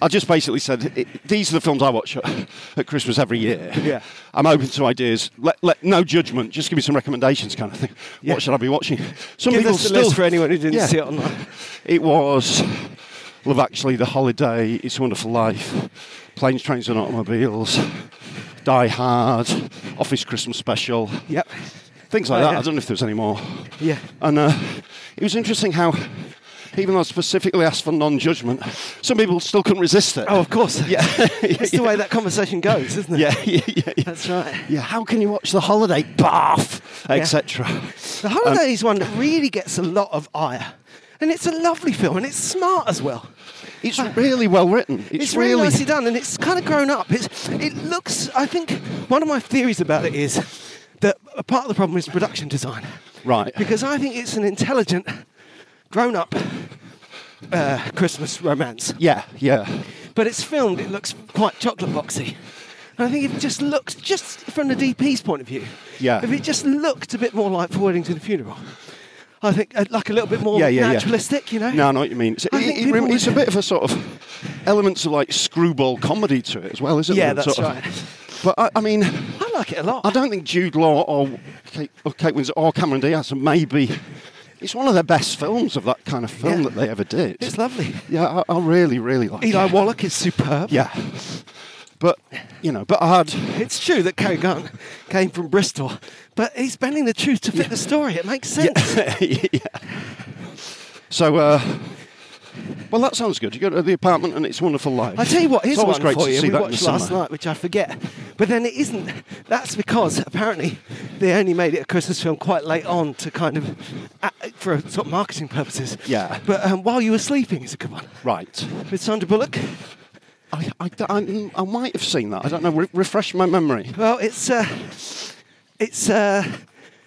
[SPEAKER 3] I just basically said it, these are the films I watch at, at Christmas every year.
[SPEAKER 2] Yeah.
[SPEAKER 3] I'm open to ideas. Let, let no judgment. Just give me some recommendations, kind of thing.
[SPEAKER 2] Yeah.
[SPEAKER 3] What should I be watching? Some
[SPEAKER 2] Give
[SPEAKER 3] people
[SPEAKER 2] us the
[SPEAKER 3] still
[SPEAKER 2] list for anyone who didn't
[SPEAKER 3] Yeah.
[SPEAKER 2] see it online.
[SPEAKER 3] It was Love Actually, The Holiday, It's a Wonderful Life, Planes, Trains and Automobiles, Die Hard, Office Christmas Special,
[SPEAKER 2] Yep.
[SPEAKER 3] things like
[SPEAKER 2] Oh,
[SPEAKER 3] that.
[SPEAKER 2] yeah.
[SPEAKER 3] I don't know if there's any more.
[SPEAKER 2] Yeah.
[SPEAKER 3] And uh, it was interesting how, even though I specifically asked for non-judgment, some people still couldn't resist it.
[SPEAKER 2] Oh, of course.
[SPEAKER 3] yeah,
[SPEAKER 2] That's the way that conversation goes, isn't it?
[SPEAKER 3] yeah, yeah, yeah, yeah.
[SPEAKER 2] That's right.
[SPEAKER 3] Yeah, how can you watch The Holiday, Bath,
[SPEAKER 2] Yeah.
[SPEAKER 3] etc.?
[SPEAKER 2] The Holiday is one that really gets a lot of ire. And it's a lovely film and it's smart as well.
[SPEAKER 3] It's really well written.
[SPEAKER 2] It's, really, nicely done and it's kind of grown up. It's, it looks, I think, one of my theories about it is that a part of the problem is production design.
[SPEAKER 3] Right.
[SPEAKER 2] Because I think it's an intelligent, grown up uh, Christmas romance.
[SPEAKER 3] Yeah, yeah.
[SPEAKER 2] But it's filmed, it looks quite chocolate boxy. And I think if it just looked, just from the DP's point of view,
[SPEAKER 3] Yeah.
[SPEAKER 2] if it just looked a bit more like Forwarding to the Funeral, I think uh, like a little bit more
[SPEAKER 3] yeah, yeah,
[SPEAKER 2] naturalistic,
[SPEAKER 3] yeah.
[SPEAKER 2] you know?
[SPEAKER 3] No, I know what you mean. It's,
[SPEAKER 2] I think
[SPEAKER 3] it- it
[SPEAKER 2] people
[SPEAKER 3] rem- it's a
[SPEAKER 2] would-
[SPEAKER 3] bit of a sort of elements of like screwball comedy to it as well, isn't
[SPEAKER 2] Yeah,
[SPEAKER 3] it?
[SPEAKER 2] that's
[SPEAKER 3] Sort of.
[SPEAKER 2] right.
[SPEAKER 3] But I, I mean,
[SPEAKER 2] I like it a lot.
[SPEAKER 3] I don't think Jude Law or Kate, or Kate Winslet or Cameron Diaz are maybe. It's one of their best films of that kind of film
[SPEAKER 2] Yeah.
[SPEAKER 3] that they ever did.
[SPEAKER 2] It's lovely.
[SPEAKER 3] yeah, I, I really, really like
[SPEAKER 2] Eli
[SPEAKER 3] it.
[SPEAKER 2] Wallach is superb.
[SPEAKER 3] Yeah. But, you know, but I had.
[SPEAKER 2] It's true that Cary Grant came from Bristol, but he's bending the truth to fit the story. It makes sense.
[SPEAKER 3] yeah. So, uh, well, that sounds good. You go to the apartment and it's wonderful life.
[SPEAKER 2] I tell you what, here's
[SPEAKER 3] it's always
[SPEAKER 2] one
[SPEAKER 3] great
[SPEAKER 2] for
[SPEAKER 3] to
[SPEAKER 2] you.
[SPEAKER 3] see
[SPEAKER 2] we
[SPEAKER 3] that in
[SPEAKER 2] watched
[SPEAKER 3] the
[SPEAKER 2] last
[SPEAKER 3] summer.
[SPEAKER 2] night, which I forget. But then it isn't. That's because apparently they only made it a Christmas film quite late on to kind of uh, for sort of marketing purposes.
[SPEAKER 3] Yeah.
[SPEAKER 2] But um, while you were sleeping is a good one
[SPEAKER 3] Right.
[SPEAKER 2] with Sandra Bullock.
[SPEAKER 3] I, I, I, I might have seen that. I don't know. Re- refresh my memory.
[SPEAKER 2] Well, it's uh, it's uh,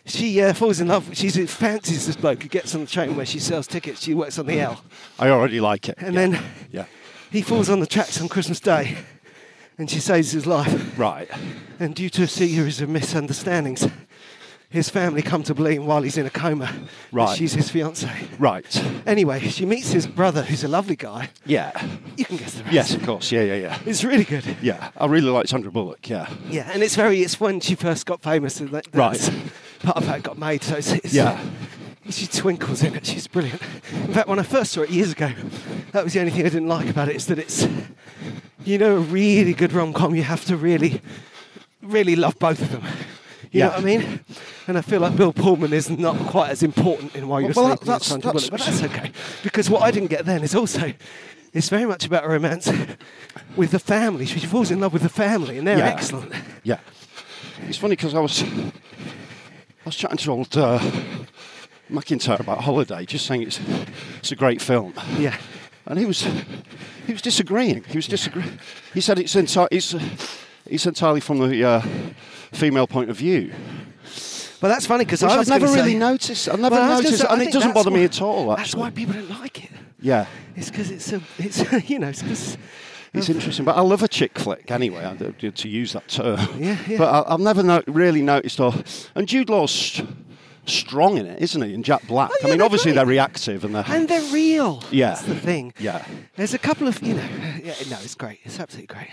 [SPEAKER 2] she uh, falls in love. She fancies this bloke who gets on the train where she sells tickets. She works on the L,
[SPEAKER 3] I already like it.
[SPEAKER 2] and
[SPEAKER 3] Yeah.
[SPEAKER 2] then
[SPEAKER 3] yeah,
[SPEAKER 2] he falls on the tracks on Christmas Day, and she saves his life.
[SPEAKER 3] right.
[SPEAKER 2] and due to a series of misunderstandings, his family come to blame while he's in a coma. that
[SPEAKER 3] Right.
[SPEAKER 2] She's his fiance.
[SPEAKER 3] Right.
[SPEAKER 2] Anyway, she meets his brother, who's a lovely guy.
[SPEAKER 3] Yeah.
[SPEAKER 2] You can guess the rest.
[SPEAKER 3] Yes, of course. Yeah, yeah, yeah.
[SPEAKER 2] It's really good.
[SPEAKER 3] Yeah. I really like Sandra Bullock. Yeah.
[SPEAKER 2] Yeah, and it's very, it's when she first got famous. And that, that's
[SPEAKER 3] Right.
[SPEAKER 2] Part of how it got made. So it's, it's,
[SPEAKER 3] Yeah.
[SPEAKER 2] She twinkles in it. She's brilliant. In fact, when I first saw it years ago, that was the only thing I didn't like about it is that it's, you know, a really good rom com. You have to really, really love both of them. You know
[SPEAKER 3] Yeah.
[SPEAKER 2] what I mean? And I feel like Bill Pullman is not quite as important in why you're
[SPEAKER 3] Well,
[SPEAKER 2] sleeping.
[SPEAKER 3] that-
[SPEAKER 2] as Sandra
[SPEAKER 3] that's-
[SPEAKER 2] Bullock, but that's okay because what I didn't get then is also It's very much about a romance with the family. She falls in love with the family, and they're
[SPEAKER 3] Yeah.
[SPEAKER 2] excellent.
[SPEAKER 3] Yeah. It's funny because I was I was chatting to old uh, McIntyre about Holiday, just saying it's it's a great film,
[SPEAKER 2] Yeah.
[SPEAKER 3] and he was he was disagreeing. He was disagreeing. He said it's enti- it's uh, it's entirely from the uh, female point of view,
[SPEAKER 2] But that's funny because
[SPEAKER 3] which
[SPEAKER 2] I
[SPEAKER 3] I've
[SPEAKER 2] was
[SPEAKER 3] never
[SPEAKER 2] gonna
[SPEAKER 3] really
[SPEAKER 2] say-
[SPEAKER 3] noticed. I've never
[SPEAKER 2] Well, I was gonna
[SPEAKER 3] noticed,
[SPEAKER 2] say, I
[SPEAKER 3] and it
[SPEAKER 2] think
[SPEAKER 3] doesn't
[SPEAKER 2] that's
[SPEAKER 3] bother me
[SPEAKER 2] why-
[SPEAKER 3] at all. Actually,
[SPEAKER 2] That's why people don't like it.
[SPEAKER 3] yeah.
[SPEAKER 2] It's because it's a, it's you know, it's because
[SPEAKER 3] It's interesting, but I love a chick flick anyway. I don't- To use that term,
[SPEAKER 2] Yeah, yeah.
[SPEAKER 3] But I, I've never no, really noticed. Or and Jude Law's st- strong in it, isn't he? And Jack Black.
[SPEAKER 2] Oh,
[SPEAKER 3] I
[SPEAKER 2] yeah,
[SPEAKER 3] mean,
[SPEAKER 2] they're
[SPEAKER 3] obviously
[SPEAKER 2] great.
[SPEAKER 3] they're reactive and they're
[SPEAKER 2] and they're real.
[SPEAKER 3] Yeah.
[SPEAKER 2] that's the thing.
[SPEAKER 3] yeah,
[SPEAKER 2] There's a couple of you know, yeah, no, it's great. It's absolutely great.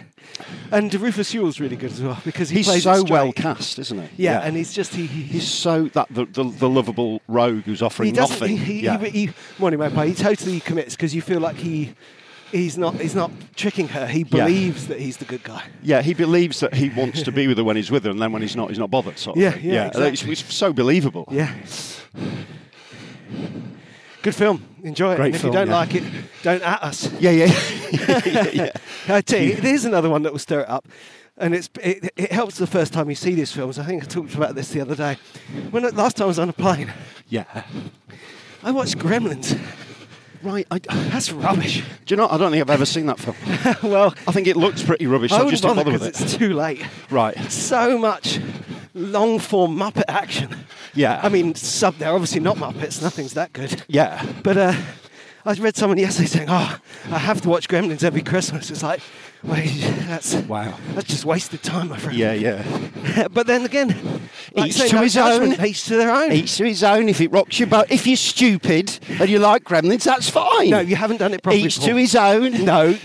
[SPEAKER 2] And Rufus Sewell's really good as well because he
[SPEAKER 3] he's
[SPEAKER 2] plays it
[SPEAKER 3] so
[SPEAKER 2] straight.
[SPEAKER 3] well cast, isn't he?
[SPEAKER 2] Yeah, and he's just he. he
[SPEAKER 3] he's so that the, the, the lovable rogue who's offering
[SPEAKER 2] he doesn't.
[SPEAKER 3] nothing.
[SPEAKER 2] He, he,
[SPEAKER 3] yeah.
[SPEAKER 2] he, he, well, he won't play. He totally commits because you feel like he, he's not. He's not tricking her. He
[SPEAKER 3] Yeah.
[SPEAKER 2] believes that he's the good guy.
[SPEAKER 3] yeah, he believes that he wants to be with her when he's with her, and then when he's not, he's not bothered. Sort of
[SPEAKER 2] Yeah,
[SPEAKER 3] thing.
[SPEAKER 2] yeah,
[SPEAKER 3] It's,
[SPEAKER 2] exactly.
[SPEAKER 3] it's so believable.
[SPEAKER 2] Yeah. Good film. Enjoy it.
[SPEAKER 3] Great
[SPEAKER 2] and if
[SPEAKER 3] film,
[SPEAKER 2] you don't
[SPEAKER 3] yeah.
[SPEAKER 2] like it, don't at us.
[SPEAKER 3] yeah, yeah, yeah. yeah.
[SPEAKER 2] I tell you, there's another one that will stir it up. And it's, it, it helps the first time you see these films. I think I talked about this the other day. When last time I was on a plane,
[SPEAKER 3] yeah.
[SPEAKER 2] I watched Gremlins.
[SPEAKER 3] Right. I,
[SPEAKER 2] That's rubbish.
[SPEAKER 3] Do you know? I don't think I've ever seen that film.
[SPEAKER 2] well,
[SPEAKER 3] I think it looks pretty rubbish.
[SPEAKER 2] I
[SPEAKER 3] so I
[SPEAKER 2] wouldn't
[SPEAKER 3] just didn't
[SPEAKER 2] bother
[SPEAKER 3] bother with
[SPEAKER 2] because
[SPEAKER 3] it.
[SPEAKER 2] it's too late.
[SPEAKER 3] Right.
[SPEAKER 2] So much long form Muppet action.
[SPEAKER 3] Yeah.
[SPEAKER 2] I mean, sub. They're obviously not Muppets. Nothing's that good.
[SPEAKER 3] Yeah.
[SPEAKER 2] But uh, I read someone yesterday saying, "Oh, I have to watch Gremlins every Christmas." It's like, wait, that's
[SPEAKER 3] Wow.
[SPEAKER 2] That's just wasted time, my friend.
[SPEAKER 3] Yeah, yeah.
[SPEAKER 2] but then again, like
[SPEAKER 3] Each
[SPEAKER 2] you say,
[SPEAKER 3] to
[SPEAKER 2] no
[SPEAKER 3] his
[SPEAKER 2] judgment,
[SPEAKER 3] own.
[SPEAKER 2] Each to their own.
[SPEAKER 3] Each to his own. If it rocks your boat, if you're stupid and you like gremlins, that's fine.
[SPEAKER 2] No, you haven't done it properly.
[SPEAKER 3] Each to
[SPEAKER 2] Paul.
[SPEAKER 3] his own.
[SPEAKER 2] No.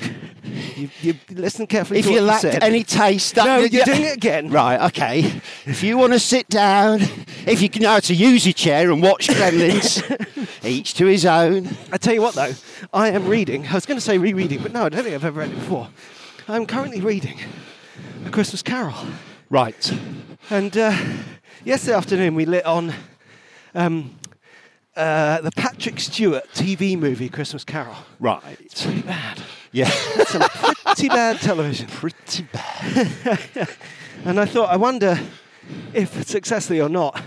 [SPEAKER 2] You, you listen carefully.
[SPEAKER 3] If
[SPEAKER 2] to
[SPEAKER 3] you
[SPEAKER 2] what
[SPEAKER 3] lacked
[SPEAKER 2] said.
[SPEAKER 3] any taste, that,
[SPEAKER 2] No,
[SPEAKER 3] you-
[SPEAKER 2] you're doing it again.
[SPEAKER 3] Right, okay. If you want to sit down, if you know how to use your chair and watch Gremlins, each to his own.
[SPEAKER 2] I tell you what, though, I am reading. I was going to say rereading, but no, I don't think I've ever read it before. I'm currently reading A Christmas Carol.
[SPEAKER 3] Right.
[SPEAKER 2] And uh, yesterday afternoon, we lit on um, uh, the Patrick Stewart TV movie Christmas Carol.
[SPEAKER 3] Right.
[SPEAKER 2] Pretty bad.
[SPEAKER 3] Yeah.
[SPEAKER 2] Some pretty bad television.
[SPEAKER 3] Pretty bad.
[SPEAKER 2] And I thought, I wonder if successfully or not,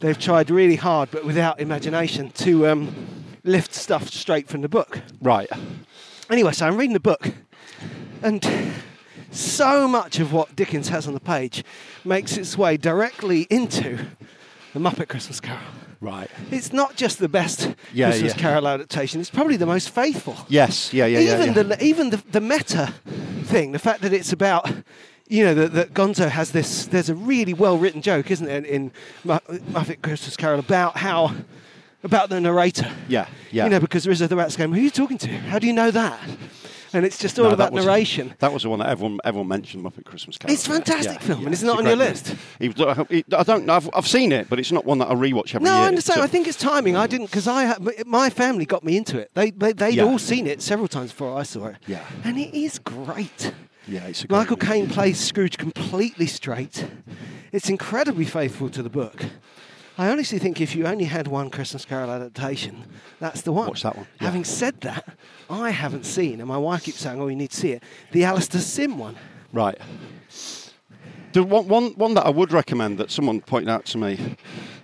[SPEAKER 2] they've tried really hard, but without imagination, to um, lift stuff straight from the book.
[SPEAKER 3] Right.
[SPEAKER 2] Anyway, so I'm reading the book, and so much of what Dickens has on the page makes its way directly into the Muppet Christmas Carol.
[SPEAKER 3] Right.
[SPEAKER 2] It's not just the best
[SPEAKER 3] Yeah,
[SPEAKER 2] Christmas
[SPEAKER 3] yeah.
[SPEAKER 2] Carol adaptation, it's probably the most faithful
[SPEAKER 3] Yes. Yeah. Yeah. yeah,
[SPEAKER 2] even
[SPEAKER 3] yeah.
[SPEAKER 2] the even the, the meta thing, the fact that it's about you know that, that Gonzo has this. There's a really well written joke, isn't there, in, in Mu- Muppet Christmas Carol about how about the narrator.
[SPEAKER 3] Yeah, yeah.
[SPEAKER 2] You know, because Rizzo the Rat's going, "Who are you talking to? How do you know that?" And it's just all
[SPEAKER 3] No,
[SPEAKER 2] about
[SPEAKER 3] was-
[SPEAKER 2] narration.
[SPEAKER 3] that was the one that everyone everyone mentioned Muppet Christmas Carol.
[SPEAKER 2] It's a fantastic film, and it's not on
[SPEAKER 3] a
[SPEAKER 2] your
[SPEAKER 3] great
[SPEAKER 2] list.
[SPEAKER 3] film. It- I don't. know, I've, I've seen it, but it's not one that I rewatch every
[SPEAKER 2] No,
[SPEAKER 3] year.
[SPEAKER 2] I understand.
[SPEAKER 3] so-
[SPEAKER 2] I think it's timing. I didn't because I ha- m- my family got me into it. They, they they'd
[SPEAKER 3] Yeah.
[SPEAKER 2] all seen it several times before I saw it.
[SPEAKER 3] Yeah.
[SPEAKER 2] and it is great.
[SPEAKER 3] Yeah, it's a great
[SPEAKER 2] Michael
[SPEAKER 3] movie.
[SPEAKER 2] Caine plays Scrooge completely straight. It's incredibly faithful to the book. I honestly think if you only had one Christmas Carol adaptation, that's the one.
[SPEAKER 3] Watch that one, yeah.
[SPEAKER 2] Having said that, I haven't seen, and my wife keeps saying, "Oh, you need to see it." The Alistair Sim one.
[SPEAKER 3] Right. The one, one, one that I would recommend that someone pointed out to me,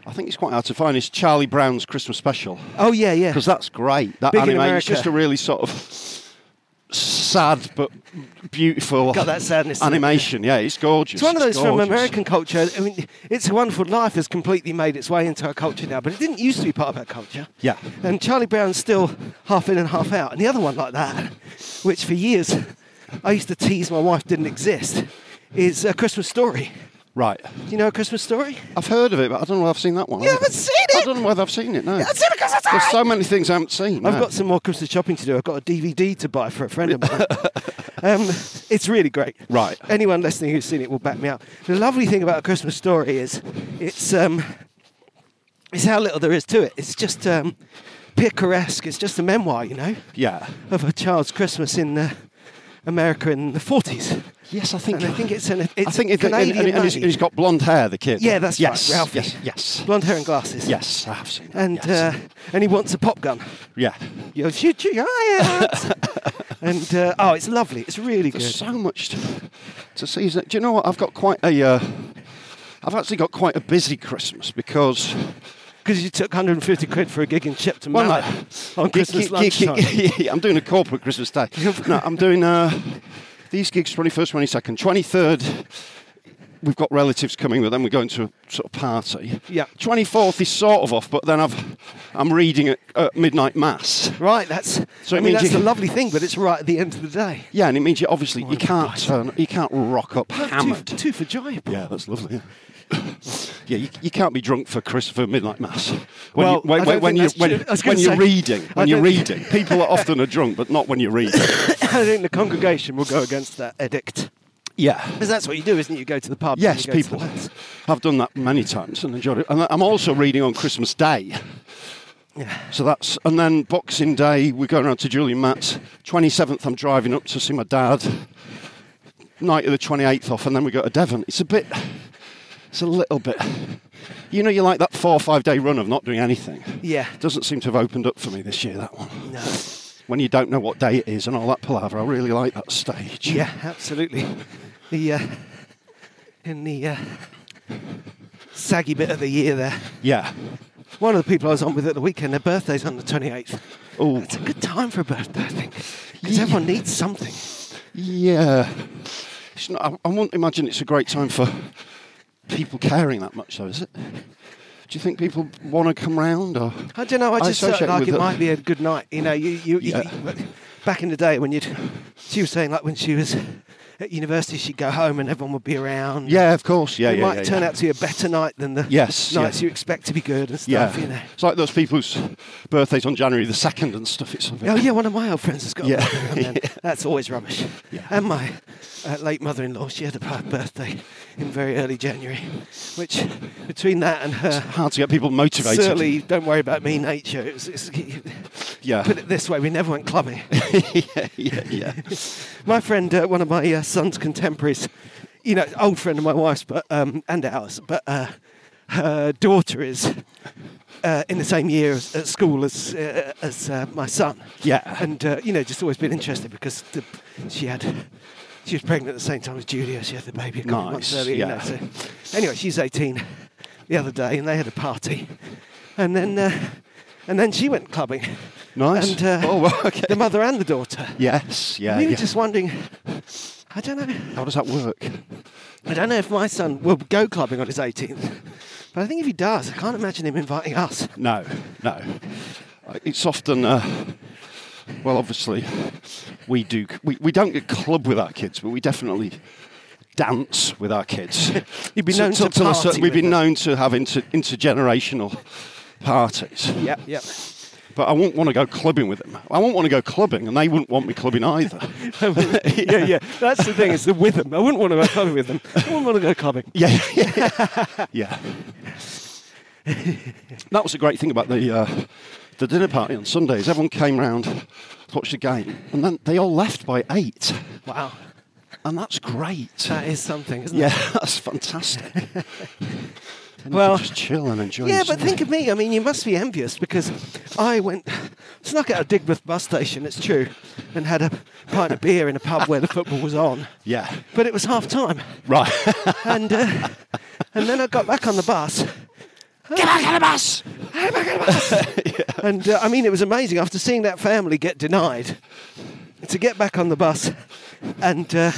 [SPEAKER 3] I think it's quite hard to find, is Charlie Brown's Christmas Special.
[SPEAKER 2] Oh yeah, yeah.
[SPEAKER 3] Because that's great. That
[SPEAKER 2] Big in
[SPEAKER 3] anime,
[SPEAKER 2] America.
[SPEAKER 3] it's just a really sort of sad but beautiful
[SPEAKER 2] Got that sadness in it, yeah.
[SPEAKER 3] animation. Yeah, it's gorgeous.
[SPEAKER 2] It's one of those from
[SPEAKER 3] gorgeous.
[SPEAKER 2] American culture. I mean, It's a Wonderful Life has completely made its way into our culture now, but it didn't used to be part of our culture.
[SPEAKER 3] Yeah.
[SPEAKER 2] And Charlie Brown's still half in and half out. And the other one like that, which for years I used to tease my wife didn't exist, is A Christmas Story.
[SPEAKER 3] Right.
[SPEAKER 2] Do you know A Christmas Story?
[SPEAKER 3] I've heard of it, but I don't know if I've seen that one.
[SPEAKER 2] You haven't seen it?
[SPEAKER 3] I don't know whether I've seen it, no.
[SPEAKER 2] haven't seen it 'cause it's
[SPEAKER 3] There's
[SPEAKER 2] alright.
[SPEAKER 3] so many things I haven't seen.
[SPEAKER 2] I've
[SPEAKER 3] no.
[SPEAKER 2] got some more Christmas shopping to do. I've got a DVD to buy for a friend of mine. um, it's really great.
[SPEAKER 3] Right.
[SPEAKER 2] Anyone listening who's seen it will back me up. The lovely thing about a Christmas story is it's um, it's how little there is to it. It's just um, picaresque. It's just a memoir, you know,
[SPEAKER 3] Yeah.
[SPEAKER 2] of a child's Christmas in uh, America in the 40s.
[SPEAKER 3] Yes, I think.
[SPEAKER 2] And I think it's an- it's
[SPEAKER 3] I think it- and- and-
[SPEAKER 2] Canadian
[SPEAKER 3] and he's-
[SPEAKER 2] made.
[SPEAKER 3] he's got blonde hair. The kid.
[SPEAKER 2] Yeah, that's
[SPEAKER 3] yes,
[SPEAKER 2] right, Ralphie.
[SPEAKER 3] Yes, yes,
[SPEAKER 2] Blonde hair and glasses.
[SPEAKER 3] yes. I have seen. That.
[SPEAKER 2] And
[SPEAKER 3] yes.
[SPEAKER 2] uh, and he wants a pop gun.
[SPEAKER 3] yeah,
[SPEAKER 2] You'll shoot your eye out. and uh, oh, it's lovely. It's really
[SPEAKER 3] there's
[SPEAKER 2] good.
[SPEAKER 3] so much to, to see. Isn't it? Do you know what? I've got quite a. Uh, I've actually got quite a busy Christmas because
[SPEAKER 2] Because you took 150 quid for a gig in Chipton
[SPEAKER 3] Well,
[SPEAKER 2] Mallet
[SPEAKER 3] no.
[SPEAKER 2] on
[SPEAKER 3] Gig-
[SPEAKER 2] Christmas
[SPEAKER 3] gig- gig-
[SPEAKER 2] lunchtime.
[SPEAKER 3] I'm doing a corporate Christmas day. no, I'm doing uh, these gigs 21st, 22nd, 23rd. We've got relatives coming, but then we're going to a sort of party.
[SPEAKER 2] Yeah.
[SPEAKER 3] 24th is sort of off, but then I've I'm reading at, at midnight mass.
[SPEAKER 2] Right, that's.
[SPEAKER 3] So
[SPEAKER 2] I mean,
[SPEAKER 3] it means
[SPEAKER 2] that's
[SPEAKER 3] you-
[SPEAKER 2] the lovely thing, but it's right at the end of the day.
[SPEAKER 3] Yeah, and it means you obviously you can't turn, you can't rock up hammered.
[SPEAKER 2] Two, two for joy.
[SPEAKER 3] Yeah, that's lovely. Yeah, yeah you, you can't be drunk for Chris for midnight mass. When
[SPEAKER 2] Well,
[SPEAKER 3] you, when,
[SPEAKER 2] I don't think
[SPEAKER 3] when, when, you,
[SPEAKER 2] that's
[SPEAKER 3] when,
[SPEAKER 2] true. I was
[SPEAKER 3] when
[SPEAKER 2] gonna
[SPEAKER 3] you're
[SPEAKER 2] say-
[SPEAKER 3] reading,
[SPEAKER 2] I
[SPEAKER 3] when you're
[SPEAKER 2] don't-
[SPEAKER 3] reading, people are often are drunk, but not when you're reading.
[SPEAKER 2] I think the congregation will go against that edict.
[SPEAKER 3] yeah.
[SPEAKER 2] Because that's what you do, isn't it? You go to the pub. and
[SPEAKER 3] Yes,
[SPEAKER 2] you go to
[SPEAKER 3] people.
[SPEAKER 2] the pubs.
[SPEAKER 3] I've done that many times and enjoyed it. And I'm also reading on Christmas Day. So that's and then Boxing Day we're going around to Julian Matt's. Twenty seventh I'm driving up to see my dad. Night of the twenty eighth off and then we go to Devon. It's a bit it's a little bit you know you like that four or five day run of not doing anything.
[SPEAKER 2] Yeah.
[SPEAKER 3] Doesn't seem to have opened up for me this year that one.
[SPEAKER 2] No.
[SPEAKER 3] When you don't know what day it is and all that palaver, I really like that stage.
[SPEAKER 2] Yeah, absolutely. The uh, in the uh, saggy bit of the year there.
[SPEAKER 3] Yeah.
[SPEAKER 2] One of the people I was on with at the weekend, their birthday's on the 28th.
[SPEAKER 3] Oh
[SPEAKER 2] It's a good time for a birthday, I think. Because
[SPEAKER 3] Yeah.
[SPEAKER 2] everyone needs something.
[SPEAKER 3] Yeah. It's not, I, I wouldn't imagine it's a great time for people caring that much, though, is it? Do you think people want to come round? Or?
[SPEAKER 2] I don't know. I just felt
[SPEAKER 3] associate
[SPEAKER 2] like
[SPEAKER 3] with
[SPEAKER 2] it
[SPEAKER 3] the-
[SPEAKER 2] might be a good night. You know, you, you, you-
[SPEAKER 3] Yeah.
[SPEAKER 2] back in the day when you'd, she was saying like when she was at university, she'd go home and everyone would be around.
[SPEAKER 3] Yeah, of course. Yeah,
[SPEAKER 2] it
[SPEAKER 3] yeah.
[SPEAKER 2] might
[SPEAKER 3] yeah,
[SPEAKER 2] turn
[SPEAKER 3] yeah.
[SPEAKER 2] out to be a better night than the
[SPEAKER 3] Yes,
[SPEAKER 2] nights
[SPEAKER 3] yeah.
[SPEAKER 2] you expect to be good and
[SPEAKER 3] Yeah.
[SPEAKER 2] stuff. You know.
[SPEAKER 3] It's like those people whose birthdays on January the 2nd and stuff. It's a bit-
[SPEAKER 2] Oh yeah, one of my old friends has got.
[SPEAKER 3] Yeah.
[SPEAKER 2] Yeah. That's always rubbish.
[SPEAKER 3] Yeah.
[SPEAKER 2] And my uh, late mother-in-law, she had a bad birthday in very early January, which between that and her.
[SPEAKER 3] Hard to get people motivated.
[SPEAKER 2] Certainly, don't worry about me, nature. It was, it's,
[SPEAKER 3] Yeah.
[SPEAKER 2] Put it this way, we never went clubbing.
[SPEAKER 3] yeah, yeah, yeah.
[SPEAKER 2] my friend, uh, one of my uh, son's contemporaries, you know, old friend of my wife's, but um, and ours, but uh, her daughter is uh, in the same year as, at school as uh, as uh, my son.
[SPEAKER 3] Yeah.
[SPEAKER 2] and uh, you know, just always been interested because the, she had. She was pregnant at the same time as Julia. She had the baby a couple of months
[SPEAKER 3] Nice,
[SPEAKER 2] earlier.
[SPEAKER 3] yeah.
[SPEAKER 2] You know, so. Anyway, she's 18 the other day, and they had a party, and then uh, and then she went clubbing.
[SPEAKER 3] Nice.
[SPEAKER 2] And uh,
[SPEAKER 3] Oh, well, okay.
[SPEAKER 2] the mother and the daughter.
[SPEAKER 3] Yes, yeah.
[SPEAKER 2] we were
[SPEAKER 3] yeah.
[SPEAKER 2] just wondering. I don't know.
[SPEAKER 3] How does that work?
[SPEAKER 2] I don't know if my son will go clubbing on his 18th, but I think if he does, I can't imagine him inviting us.
[SPEAKER 3] No, no. Uh, It's often, uh, well, obviously, we do. We, we don't get club with our kids, but we definitely dance with our kids.
[SPEAKER 2] You'd be known to
[SPEAKER 3] a
[SPEAKER 2] party
[SPEAKER 3] certain- We've
[SPEAKER 2] with
[SPEAKER 3] been
[SPEAKER 2] them.
[SPEAKER 3] known to have inter, intergenerational parties,
[SPEAKER 2] Yep, yep.
[SPEAKER 3] but I wouldn't want to go clubbing with them. I wouldn't want to go clubbing, and they wouldn't want me clubbing either.
[SPEAKER 2] yeah, yeah. That's the thing. It's the with them. I wouldn't want to go clubbing with them. I wouldn't want to go clubbing.
[SPEAKER 3] Yeah, yeah, yeah. that was the great thing about the uh, the dinner party on Sundays. Everyone came round, watched the game, and then they all left by eight,
[SPEAKER 2] Wow,
[SPEAKER 3] and that's great.
[SPEAKER 2] that is something, isn't
[SPEAKER 3] Yeah,
[SPEAKER 2] it?
[SPEAKER 3] that's fantastic. Then you
[SPEAKER 2] Well-
[SPEAKER 3] can just chill and enjoy.
[SPEAKER 2] Yeah,
[SPEAKER 3] your
[SPEAKER 2] but
[SPEAKER 3] Sunday.
[SPEAKER 2] think of me. I mean, you must be envious because I went, snuck out of Digbeth bus station, it's true, and had a pint of beer in a pub where the football was on.
[SPEAKER 3] Yeah,
[SPEAKER 2] But it was half time.
[SPEAKER 3] right.
[SPEAKER 2] and uh, and then I got back on the bus. Get back on the bus! Get back on the bus! And uh, I mean, it was amazing after seeing that family get denied to get back on the bus and. Uh,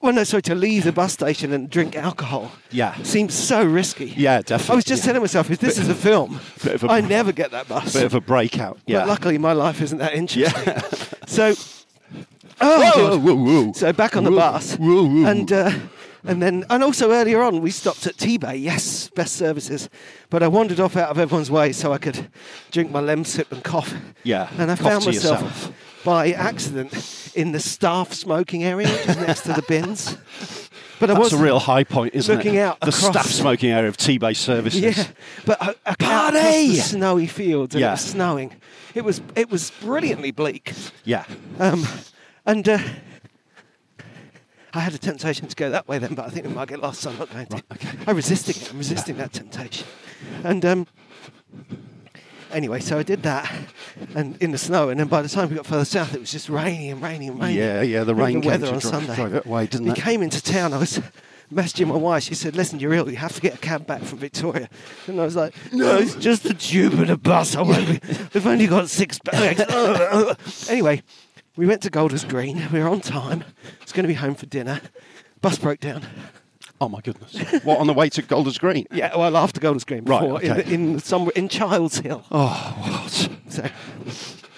[SPEAKER 2] well, no, sorry, to leave the bus station and drink alcohol.
[SPEAKER 3] Yeah.
[SPEAKER 2] Seems so risky.
[SPEAKER 3] Yeah, definitely,
[SPEAKER 2] I was just
[SPEAKER 3] yeah.
[SPEAKER 2] telling myself, if this is a film,
[SPEAKER 3] bit of a-
[SPEAKER 2] I never get that bus.
[SPEAKER 3] Bit of a breakout. Yeah.
[SPEAKER 2] But luckily, my life isn't that interesting.
[SPEAKER 3] Yeah.
[SPEAKER 2] So, oh,
[SPEAKER 3] Whoa,
[SPEAKER 2] God.
[SPEAKER 3] whoa, whoa.
[SPEAKER 2] So back on the
[SPEAKER 3] Whoa,
[SPEAKER 2] bus,
[SPEAKER 3] whoa, whoa.
[SPEAKER 2] and uh, and then and also earlier on we stopped at T-Bay. Yes, best services. But I wandered off out of everyone's way so I could drink my lem sip and cough.
[SPEAKER 3] Yeah,
[SPEAKER 2] and I
[SPEAKER 3] cough
[SPEAKER 2] found
[SPEAKER 3] to
[SPEAKER 2] myself
[SPEAKER 3] yourself.
[SPEAKER 2] by accident in the staff smoking area which is next to the bins. But I
[SPEAKER 3] That's
[SPEAKER 2] was
[SPEAKER 3] a real high point, isn't it?
[SPEAKER 2] looking out
[SPEAKER 3] the
[SPEAKER 2] across-
[SPEAKER 3] staff smoking area of T-Bay services.
[SPEAKER 2] yeah, but I, I came out across
[SPEAKER 3] Party!
[SPEAKER 2] the snowy fields and
[SPEAKER 3] Yeah.
[SPEAKER 2] it was snowing. It was it was brilliantly bleak.
[SPEAKER 3] Yeah.
[SPEAKER 2] Um, and uh, I had a temptation to go that way then, but I think we might get lost, so I'm not going to. I'm resisting it. I'm resisting that temptation. And um, anyway, so I did that, and in the snow. And then by the time we got further south, it was just raining and raining and raining.
[SPEAKER 3] Yeah, yeah, the
[SPEAKER 2] And
[SPEAKER 3] rain came
[SPEAKER 2] weather
[SPEAKER 3] to
[SPEAKER 2] on
[SPEAKER 3] dri-
[SPEAKER 2] Sunday.
[SPEAKER 3] drive it away, didn't
[SPEAKER 2] we
[SPEAKER 3] it?
[SPEAKER 2] came into town. I was messaging my wife. She said, "Listen, you're ill. You have to get a cab back from Victoria." And I was like, "No, it's just a tube and a bus. I won't be, we've only got six bags." anyway, we went to Golders Green. We were on time. It's going to be home for dinner. Bus broke down.
[SPEAKER 3] Oh my goodness! what on the way to Golders Green?
[SPEAKER 2] Yeah, well, after Golders Green,
[SPEAKER 3] Right,
[SPEAKER 2] before,
[SPEAKER 3] okay.
[SPEAKER 2] in, in somewhere in Child's Hill.
[SPEAKER 3] Oh, what?
[SPEAKER 2] So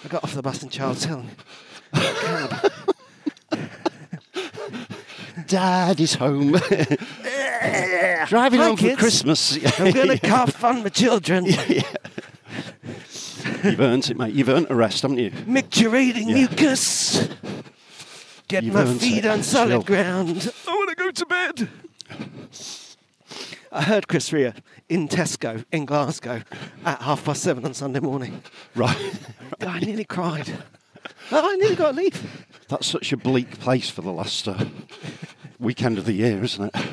[SPEAKER 2] I got off the bus in Charles Hill.
[SPEAKER 3] Dad is home. Driving
[SPEAKER 2] Hi,
[SPEAKER 3] home
[SPEAKER 2] kids.
[SPEAKER 3] for Christmas.
[SPEAKER 2] I'm going to can't fund my children.
[SPEAKER 3] You've earned it, mate. You've earned a rest, haven't you?
[SPEAKER 2] Micturating
[SPEAKER 3] Yeah.
[SPEAKER 2] mucus. Get
[SPEAKER 3] You've
[SPEAKER 2] my
[SPEAKER 3] earned
[SPEAKER 2] feet
[SPEAKER 3] it.
[SPEAKER 2] on solid
[SPEAKER 3] Chill.
[SPEAKER 2] ground. I want to go to bed. I heard Chris Rea in Tesco in Glasgow at half past seven on Sunday morning.
[SPEAKER 3] Right.
[SPEAKER 2] I nearly cried. Oh, I nearly got a leave.
[SPEAKER 3] That's such a bleak place for the last uh, weekend of the year, isn't it?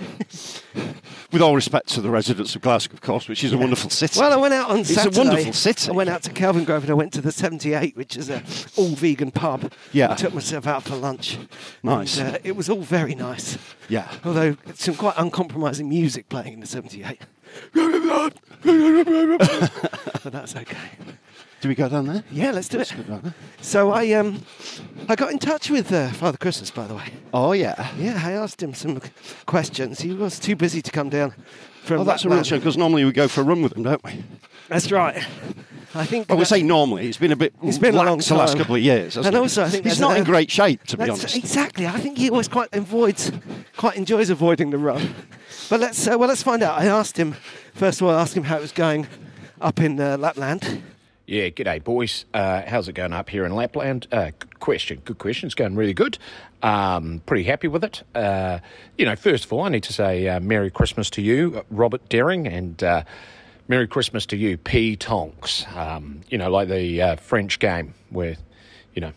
[SPEAKER 3] With all respect to the residents of Glasgow, of course, which is a wonderful city.
[SPEAKER 2] Well, I went out on
[SPEAKER 3] It's a
[SPEAKER 2] Saturday.
[SPEAKER 3] wonderful city.
[SPEAKER 2] I went out to Calvin Grove and I went to the 78, which is a all vegan pub.
[SPEAKER 3] Yeah.
[SPEAKER 2] I took myself out for lunch.
[SPEAKER 3] Nice.
[SPEAKER 2] And, uh, it was all very nice.
[SPEAKER 3] Yeah.
[SPEAKER 2] Although some quite uncompromising music playing in the 78. but that's okay.
[SPEAKER 3] Do we go down there?
[SPEAKER 2] Yeah, let's do it.
[SPEAKER 3] down there.
[SPEAKER 2] So I um, I got in touch with uh, Father Christmas, by the way.
[SPEAKER 3] Oh, yeah.
[SPEAKER 2] Yeah, I asked him some questions. He was too busy to come down. From
[SPEAKER 3] Oh, that's a
[SPEAKER 2] Lapland.
[SPEAKER 3] real shame because normally we go for a run with them, don't we?
[SPEAKER 2] That's right. I think.
[SPEAKER 3] I would
[SPEAKER 2] that-
[SPEAKER 3] say normally. It's been a bit.
[SPEAKER 2] It's been a
[SPEAKER 3] lax
[SPEAKER 2] long
[SPEAKER 3] the last
[SPEAKER 2] time.
[SPEAKER 3] couple of years. hasn't
[SPEAKER 2] And
[SPEAKER 3] it?
[SPEAKER 2] also, I think
[SPEAKER 3] he's
[SPEAKER 2] there's
[SPEAKER 3] not
[SPEAKER 2] an-
[SPEAKER 3] in great shape, to be
[SPEAKER 2] That's-
[SPEAKER 3] honest.
[SPEAKER 2] Exactly. I think he always quite avoids, quite enjoys avoiding the run. But let's uh, well, let's find out. I asked him first of all. I asked him how it was going up in uh, Lapland.
[SPEAKER 4] Yeah, g'day, boys. Uh, how's it going up here in Lapland? Uh, good question, good question. It's going really good. Um, pretty happy with it. Uh, you know, first of all, I need to say uh, Merry Christmas to you, uh, Robert Daring, and uh, Merry Christmas to you, P. Tonks. Um, you know, like the uh, French game where, you know,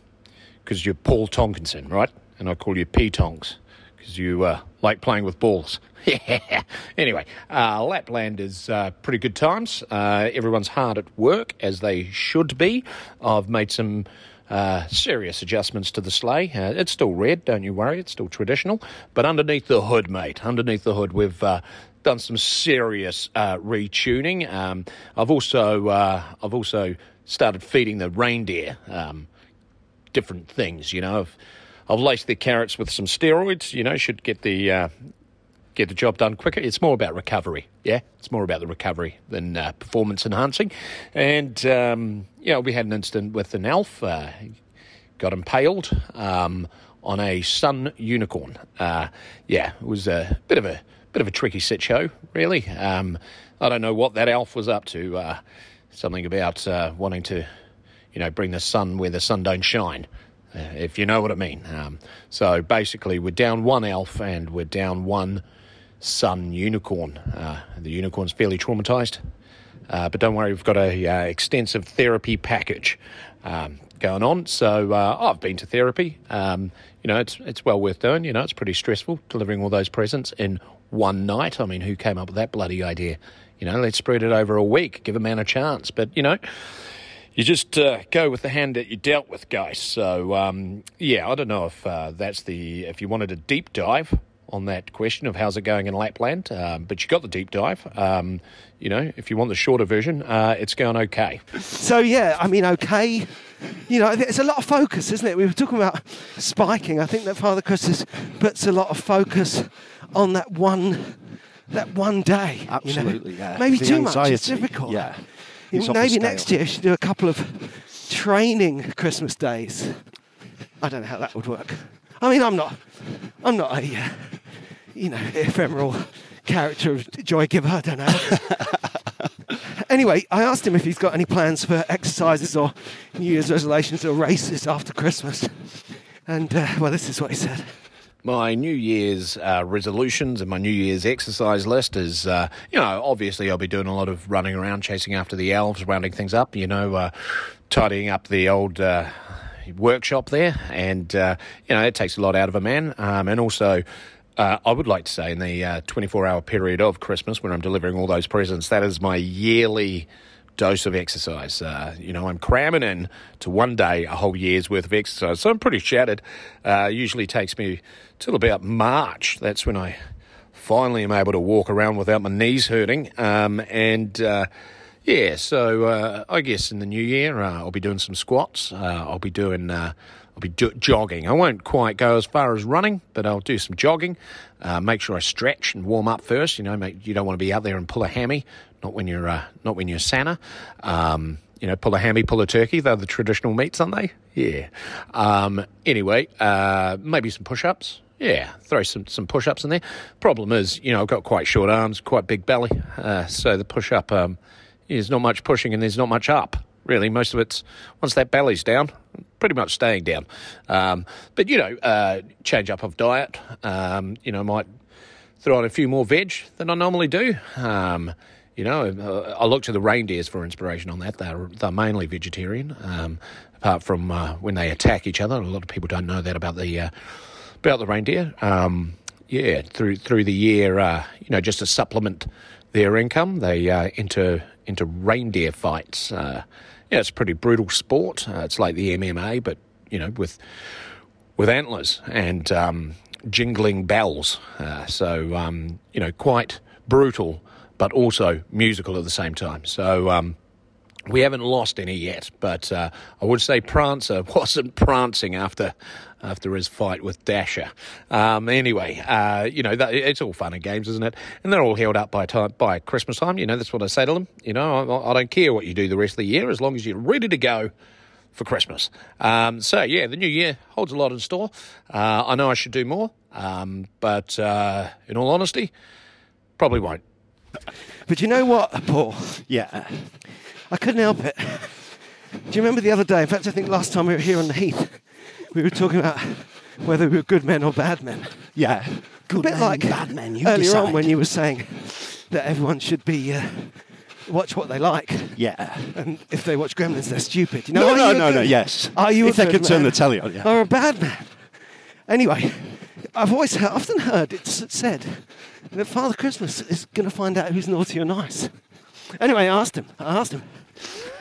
[SPEAKER 4] because you're Paul Tonkinson, right? And I call you P Tonks because you uh, like playing with balls. anyway, uh, Lapland is uh, pretty good times. Uh, everyone's hard at work, as they should be. I've made some uh, serious adjustments to the sleigh. Uh, it's still red, don't you worry, it's still traditional. But underneath the hood, mate, underneath the hood, we've. Uh, Done some serious uh, retuning. Um, I've also uh, I've also started feeding the reindeer um, different things. You know, I've, I've laced the carrots with some steroids. You know, should get the uh, get the job done quicker. It's more about recovery. Yeah, it's more about the recovery than uh, performance enhancing. And um, you know, we had an incident with an elf. Uh, got impaled um, on a sun unicorn. Uh, yeah, it was a bit of a bit of a tricky sit show, really. Um, I don't know what that elf was up to. Uh, something about uh, wanting to, you know, bring the sun where the sun don't shine. uh, If you know what I mean. Um, so basically, we're down one elf and we're down one sun unicorn. Uh, the unicorn's fairly traumatized. Uh, but don't worry, we've got a uh, extensive therapy package um, going on. So uh, I've been to therapy. Um, you know, it's it's well worth doing. You know, it's pretty stressful delivering all those presents in one night. I mean, who came up with that bloody idea? You know, let's spread it over a week, give a man a chance. But you know, you just uh, go with the hand that you dealt with, guys. So um, yeah, I don't know if uh, that's the if you wanted a deep dive on that question of how's it going in Lapland, um, but you got the deep dive. Um, you know, if you want the shorter version, uh, it's going okay.
[SPEAKER 2] So yeah, I mean, okay. You know, it's a lot of focus, isn't it? We were talking about spiking. I think that Father Christmas puts a lot of focus on that one, that one day. you know.
[SPEAKER 3] Absolutely, yeah.
[SPEAKER 2] Maybe
[SPEAKER 3] The
[SPEAKER 2] too much. It's
[SPEAKER 3] anxiety,
[SPEAKER 2] difficult.
[SPEAKER 3] yeah.
[SPEAKER 2] You
[SPEAKER 3] It's
[SPEAKER 2] know,
[SPEAKER 3] off the
[SPEAKER 2] Maybe
[SPEAKER 3] scale.
[SPEAKER 2] next year I should do a couple of training Christmas days. I don't know how that would work. I mean, I'm not, I'm not a, uh, you know, ephemeral character of joy giver. I don't know. Anyway, I asked him if he's got any plans for exercises or New Year's resolutions or races after Christmas. And, uh, well, this is what he said.
[SPEAKER 4] my New Year's uh, resolutions and my New Year's exercise list is, uh, you know, obviously I'll be doing a lot of running around, chasing after the elves, rounding things up, you know, uh, tidying up the old, uh, workshop there, and uh, you know it takes a lot out of a man. Um, and also, uh, I would like to say in the uh, 24-hour period of Christmas, when I'm delivering all those presents, that is my yearly dose of exercise. Uh, you know, I'm cramming in to one day a whole year's worth of exercise, so I'm pretty shattered. Uh, usually takes me till about March. That's when I finally am able to walk around without my knees hurting. Um, and uh, yeah, so uh, I guess in the new year uh, I'll be doing some squats. Uh, I'll be doing. Uh, I'll be do- jogging. I won't quite go as far as running, but I'll do some jogging. Uh, make sure I stretch and warm up first. You know, make, you don't want to be out there and pull a hammy. Not when you're uh, not when you're Santa. Um, you know, pull a hammy, pull a turkey. They're the traditional meats, aren't they? Yeah. Um, anyway, uh, maybe some push-ups. Yeah, throw some, some push ups in there. Problem is, you know, I've got quite short arms, quite big belly. Uh, so the push up, um, there's not much pushing and there's not much up, really. Most of it's, once that belly's down, pretty much staying down. Um, but, you know, uh, change up of diet, um, you know, might throw in a few more veg than I normally do. Um, you know, uh, I look to the reindeers for inspiration on that. They're, they're mainly vegetarian, um, apart from uh, when they attack each other. A lot of people don't know that about the uh, about the reindeer. Um, yeah, through through the year, uh, you know, just to supplement their income, they uh, enter into reindeer fights. Uh, yeah, it's a pretty brutal sport. Uh, it's like the MMA, but you know, with with antlers and um, jingling bells. Uh, so, um, you know, quite brutal, but also musical at the same time. So, um, we haven't lost any yet, but uh, I would say Prancer wasn't prancing after after his fight with Dasher. Um, anyway, uh, you know that, it's all fun and games, isn't it? And they're all held up by time by Christmas time. You know that's what I say to them. You know I, I don't care what you do the rest of the year as long as you're ready to go for Christmas. Um, so yeah, the new year holds a lot in store. Uh, I know I should do more, um, but uh, in all honesty, probably won't.
[SPEAKER 2] But you know what, Paul?
[SPEAKER 3] Yeah.
[SPEAKER 2] I couldn't help it. Do you remember the other day? In fact, I think last time we were here on the heath, we were talking about whether we were good men or bad men.
[SPEAKER 3] Yeah. Good
[SPEAKER 2] a bit
[SPEAKER 3] men,
[SPEAKER 2] like
[SPEAKER 3] bad men, you
[SPEAKER 2] earlier
[SPEAKER 3] decide.
[SPEAKER 2] on when you were saying that everyone should be uh, watch what they like,
[SPEAKER 3] Yeah.
[SPEAKER 2] and if they watch Gremlins, they're stupid. You know,
[SPEAKER 3] No,
[SPEAKER 2] are
[SPEAKER 3] no,
[SPEAKER 2] you a
[SPEAKER 3] no,
[SPEAKER 2] good-
[SPEAKER 3] no, yes.
[SPEAKER 2] Are you?
[SPEAKER 3] If
[SPEAKER 2] a
[SPEAKER 3] they
[SPEAKER 2] good
[SPEAKER 3] could turn
[SPEAKER 2] man
[SPEAKER 3] the telly on, yeah.
[SPEAKER 2] Or a bad man? Anyway, I've always he- often heard it's said that Father Christmas is going to find out who's naughty or nice. Anyway, I asked him. I asked him.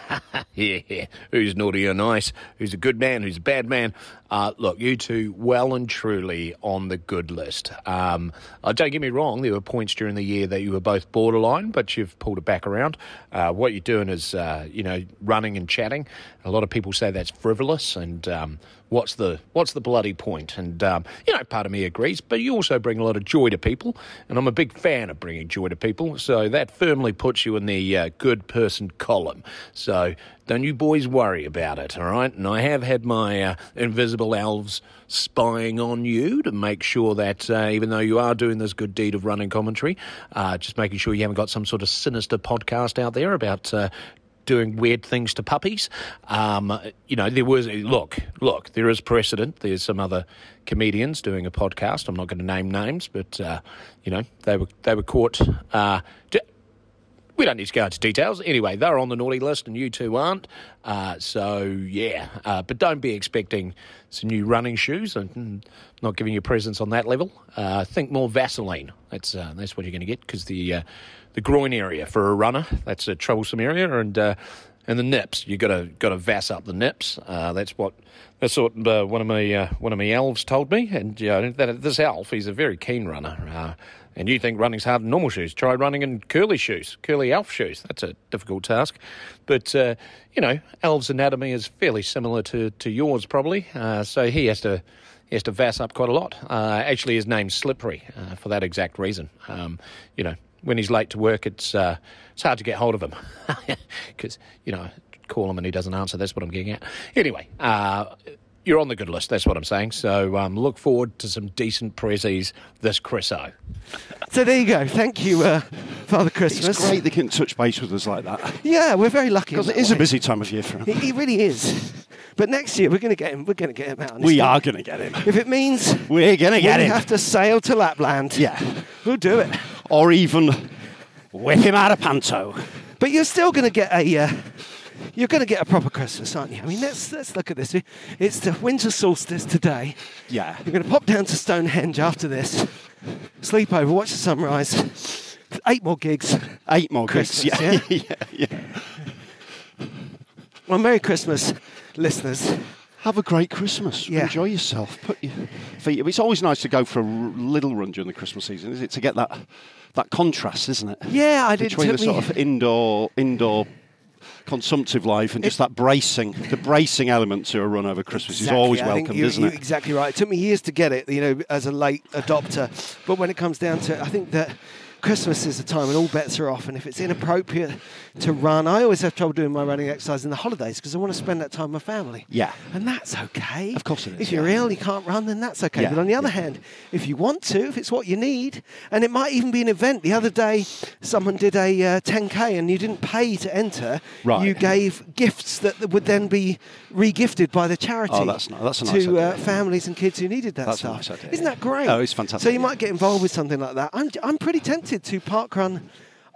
[SPEAKER 4] Yeah, who's naughty or nice? Who's a good man? Who's a bad man? Uh, look, you two, well and truly on the good list. Um, uh, don't get me wrong, there were points during the year that you were both borderline, but you've pulled it back around. Uh, what you're doing is, uh, you know, running and chatting. A lot of people say that's frivolous, and um, what's the what's the bloody point? And um, you know, part of me agrees, but you also bring a lot of joy to people, and I'm a big fan of bringing joy to people. So that firmly puts you in the uh, good person column. So don't you boys worry about it, all right? And I have had my uh, invisible elves spying on you to make sure that uh, even though you are doing this good deed of running commentary, uh, just making sure you haven't got some sort of sinister podcast out there about. Uh, doing weird things to puppies. Um, you know, there was look, look, there is precedent. There's some other comedians doing a podcast. I'm not going to name names, but uh, you know, they were they were caught. Uh, d- we don't need to go into details. Anyway, they're on the naughty list, and you two aren't. Uh, so yeah, uh, but don't be expecting some new running shoes. And mm, not giving you presents on that level. Uh, think more Vaseline. That's uh, that's what you're going to get because the uh, the groin area for a runner that's a troublesome area, and uh, and the nips you got to got to vas up the nips. Uh, that's what that's what uh, one of my uh, one of my elves told me. And you know, that this elf, he's a very keen runner. Uh, and you think running's hard in normal shoes. Try running in curly shoes, curly elf shoes. That's a difficult task. But, uh, you know, Elf's anatomy is fairly similar to, to yours, probably. Uh, so he has to. He has to vass up quite a lot. Uh, actually, his name's Slippery uh, for that exact reason. Um, you know, when he's late to work, it's uh, it's hard to get hold of him because you know call him and he doesn't answer. That's what I'm getting at. Anyway, uh, you're on the good list. That's what I'm saying. So um, look forward to some decent prezzies this Chriso.
[SPEAKER 2] So there you go. Thank you, uh, Father Christmas.
[SPEAKER 3] It's great they can touch base with us like that.
[SPEAKER 2] Yeah, we're very lucky.
[SPEAKER 3] Because
[SPEAKER 2] in
[SPEAKER 3] it
[SPEAKER 2] that
[SPEAKER 3] is a
[SPEAKER 2] way.
[SPEAKER 3] busy time of year for
[SPEAKER 2] He,
[SPEAKER 3] him.
[SPEAKER 2] he really is. But next year we're going to get him. We're going to get him out. on his
[SPEAKER 3] We
[SPEAKER 2] team.
[SPEAKER 3] are going to get him.
[SPEAKER 2] If it means
[SPEAKER 3] We're going to
[SPEAKER 2] we
[SPEAKER 3] get him.
[SPEAKER 2] have to sail to Lapland,
[SPEAKER 3] Yeah.
[SPEAKER 2] we'll do it.
[SPEAKER 3] Or even whip him out of panto.
[SPEAKER 2] But you're still going to get a. Uh, You're going to get a proper Christmas, aren't you? I mean, let's, let's look at this. It's the winter solstice today.
[SPEAKER 3] Yeah.
[SPEAKER 2] You're going to pop down to Stonehenge after this, sleep over, watch the sunrise, eight more gigs. Uh,
[SPEAKER 3] Eight more gigs.
[SPEAKER 2] Christmas,
[SPEAKER 3] Yeah. yeah, yeah.
[SPEAKER 2] Well, Merry Christmas, listeners.
[SPEAKER 3] Have a great Christmas.
[SPEAKER 2] Yeah.
[SPEAKER 3] Enjoy yourself. Put your feet. It's always nice to go for a r- little run during the Christmas season, is it? To get that that contrast, isn't it?
[SPEAKER 2] Yeah, I did.
[SPEAKER 3] Between
[SPEAKER 2] took
[SPEAKER 3] the sort
[SPEAKER 2] me-
[SPEAKER 3] of indoor indoor consumptive life and just that bracing, the bracing element to a run over Christmas
[SPEAKER 2] Exactly,
[SPEAKER 3] is always
[SPEAKER 2] I think
[SPEAKER 3] welcomed,
[SPEAKER 2] you-
[SPEAKER 3] isn't
[SPEAKER 2] you're
[SPEAKER 3] it?
[SPEAKER 2] Exactly right. It took me years to get it, you know, as a late adopter. But when it comes down to it, I think that Christmas is the time when all bets are off. And if it's inappropriate to run, I always have trouble doing my running exercise in the holidays because I want to spend that time with my family.
[SPEAKER 3] Yeah.
[SPEAKER 2] And that's okay.
[SPEAKER 3] Of course it is,
[SPEAKER 2] If you're
[SPEAKER 3] yeah.
[SPEAKER 2] ill, you can't run, then that's okay.
[SPEAKER 3] Yeah,
[SPEAKER 2] But on the other
[SPEAKER 3] yeah.
[SPEAKER 2] hand, if you want to, if it's what you need, and it might even be an event. The other day, someone did a uh, 10K and you didn't pay to enter.
[SPEAKER 3] Right.
[SPEAKER 2] You gave gifts that would then be regifted by the charity
[SPEAKER 3] Oh, that's ni- that's a
[SPEAKER 2] to
[SPEAKER 3] nice idea.
[SPEAKER 2] uh, families and kids who needed that
[SPEAKER 3] That's a
[SPEAKER 2] stuff.
[SPEAKER 3] nice idea,
[SPEAKER 2] Isn't
[SPEAKER 3] yeah.
[SPEAKER 2] that great?
[SPEAKER 3] Oh, it's fantastic,
[SPEAKER 2] So you
[SPEAKER 3] yeah.
[SPEAKER 2] might get involved with something like that. I'm, I'm pretty tempted to park run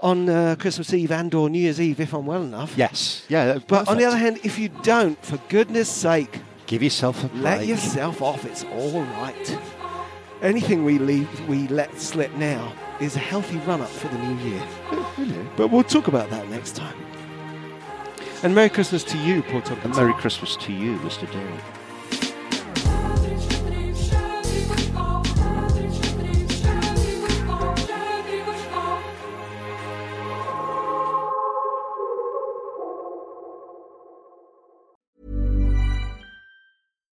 [SPEAKER 2] on uh, Christmas Eve and or New Year's Eve if I'm well enough.
[SPEAKER 3] Yes. Yeah.
[SPEAKER 2] But on the
[SPEAKER 3] perfect.
[SPEAKER 2] other hand, if you don't, for goodness sake,
[SPEAKER 3] give yourself a break.
[SPEAKER 2] let yourself off. It's all right. Anything we leave, we let slip now is a healthy run-up for the new year. But we'll talk about that next time. And Merry Christmas to you, Paul
[SPEAKER 3] And
[SPEAKER 2] Tompkins.
[SPEAKER 3] Merry Christmas to you, Mr. Deering.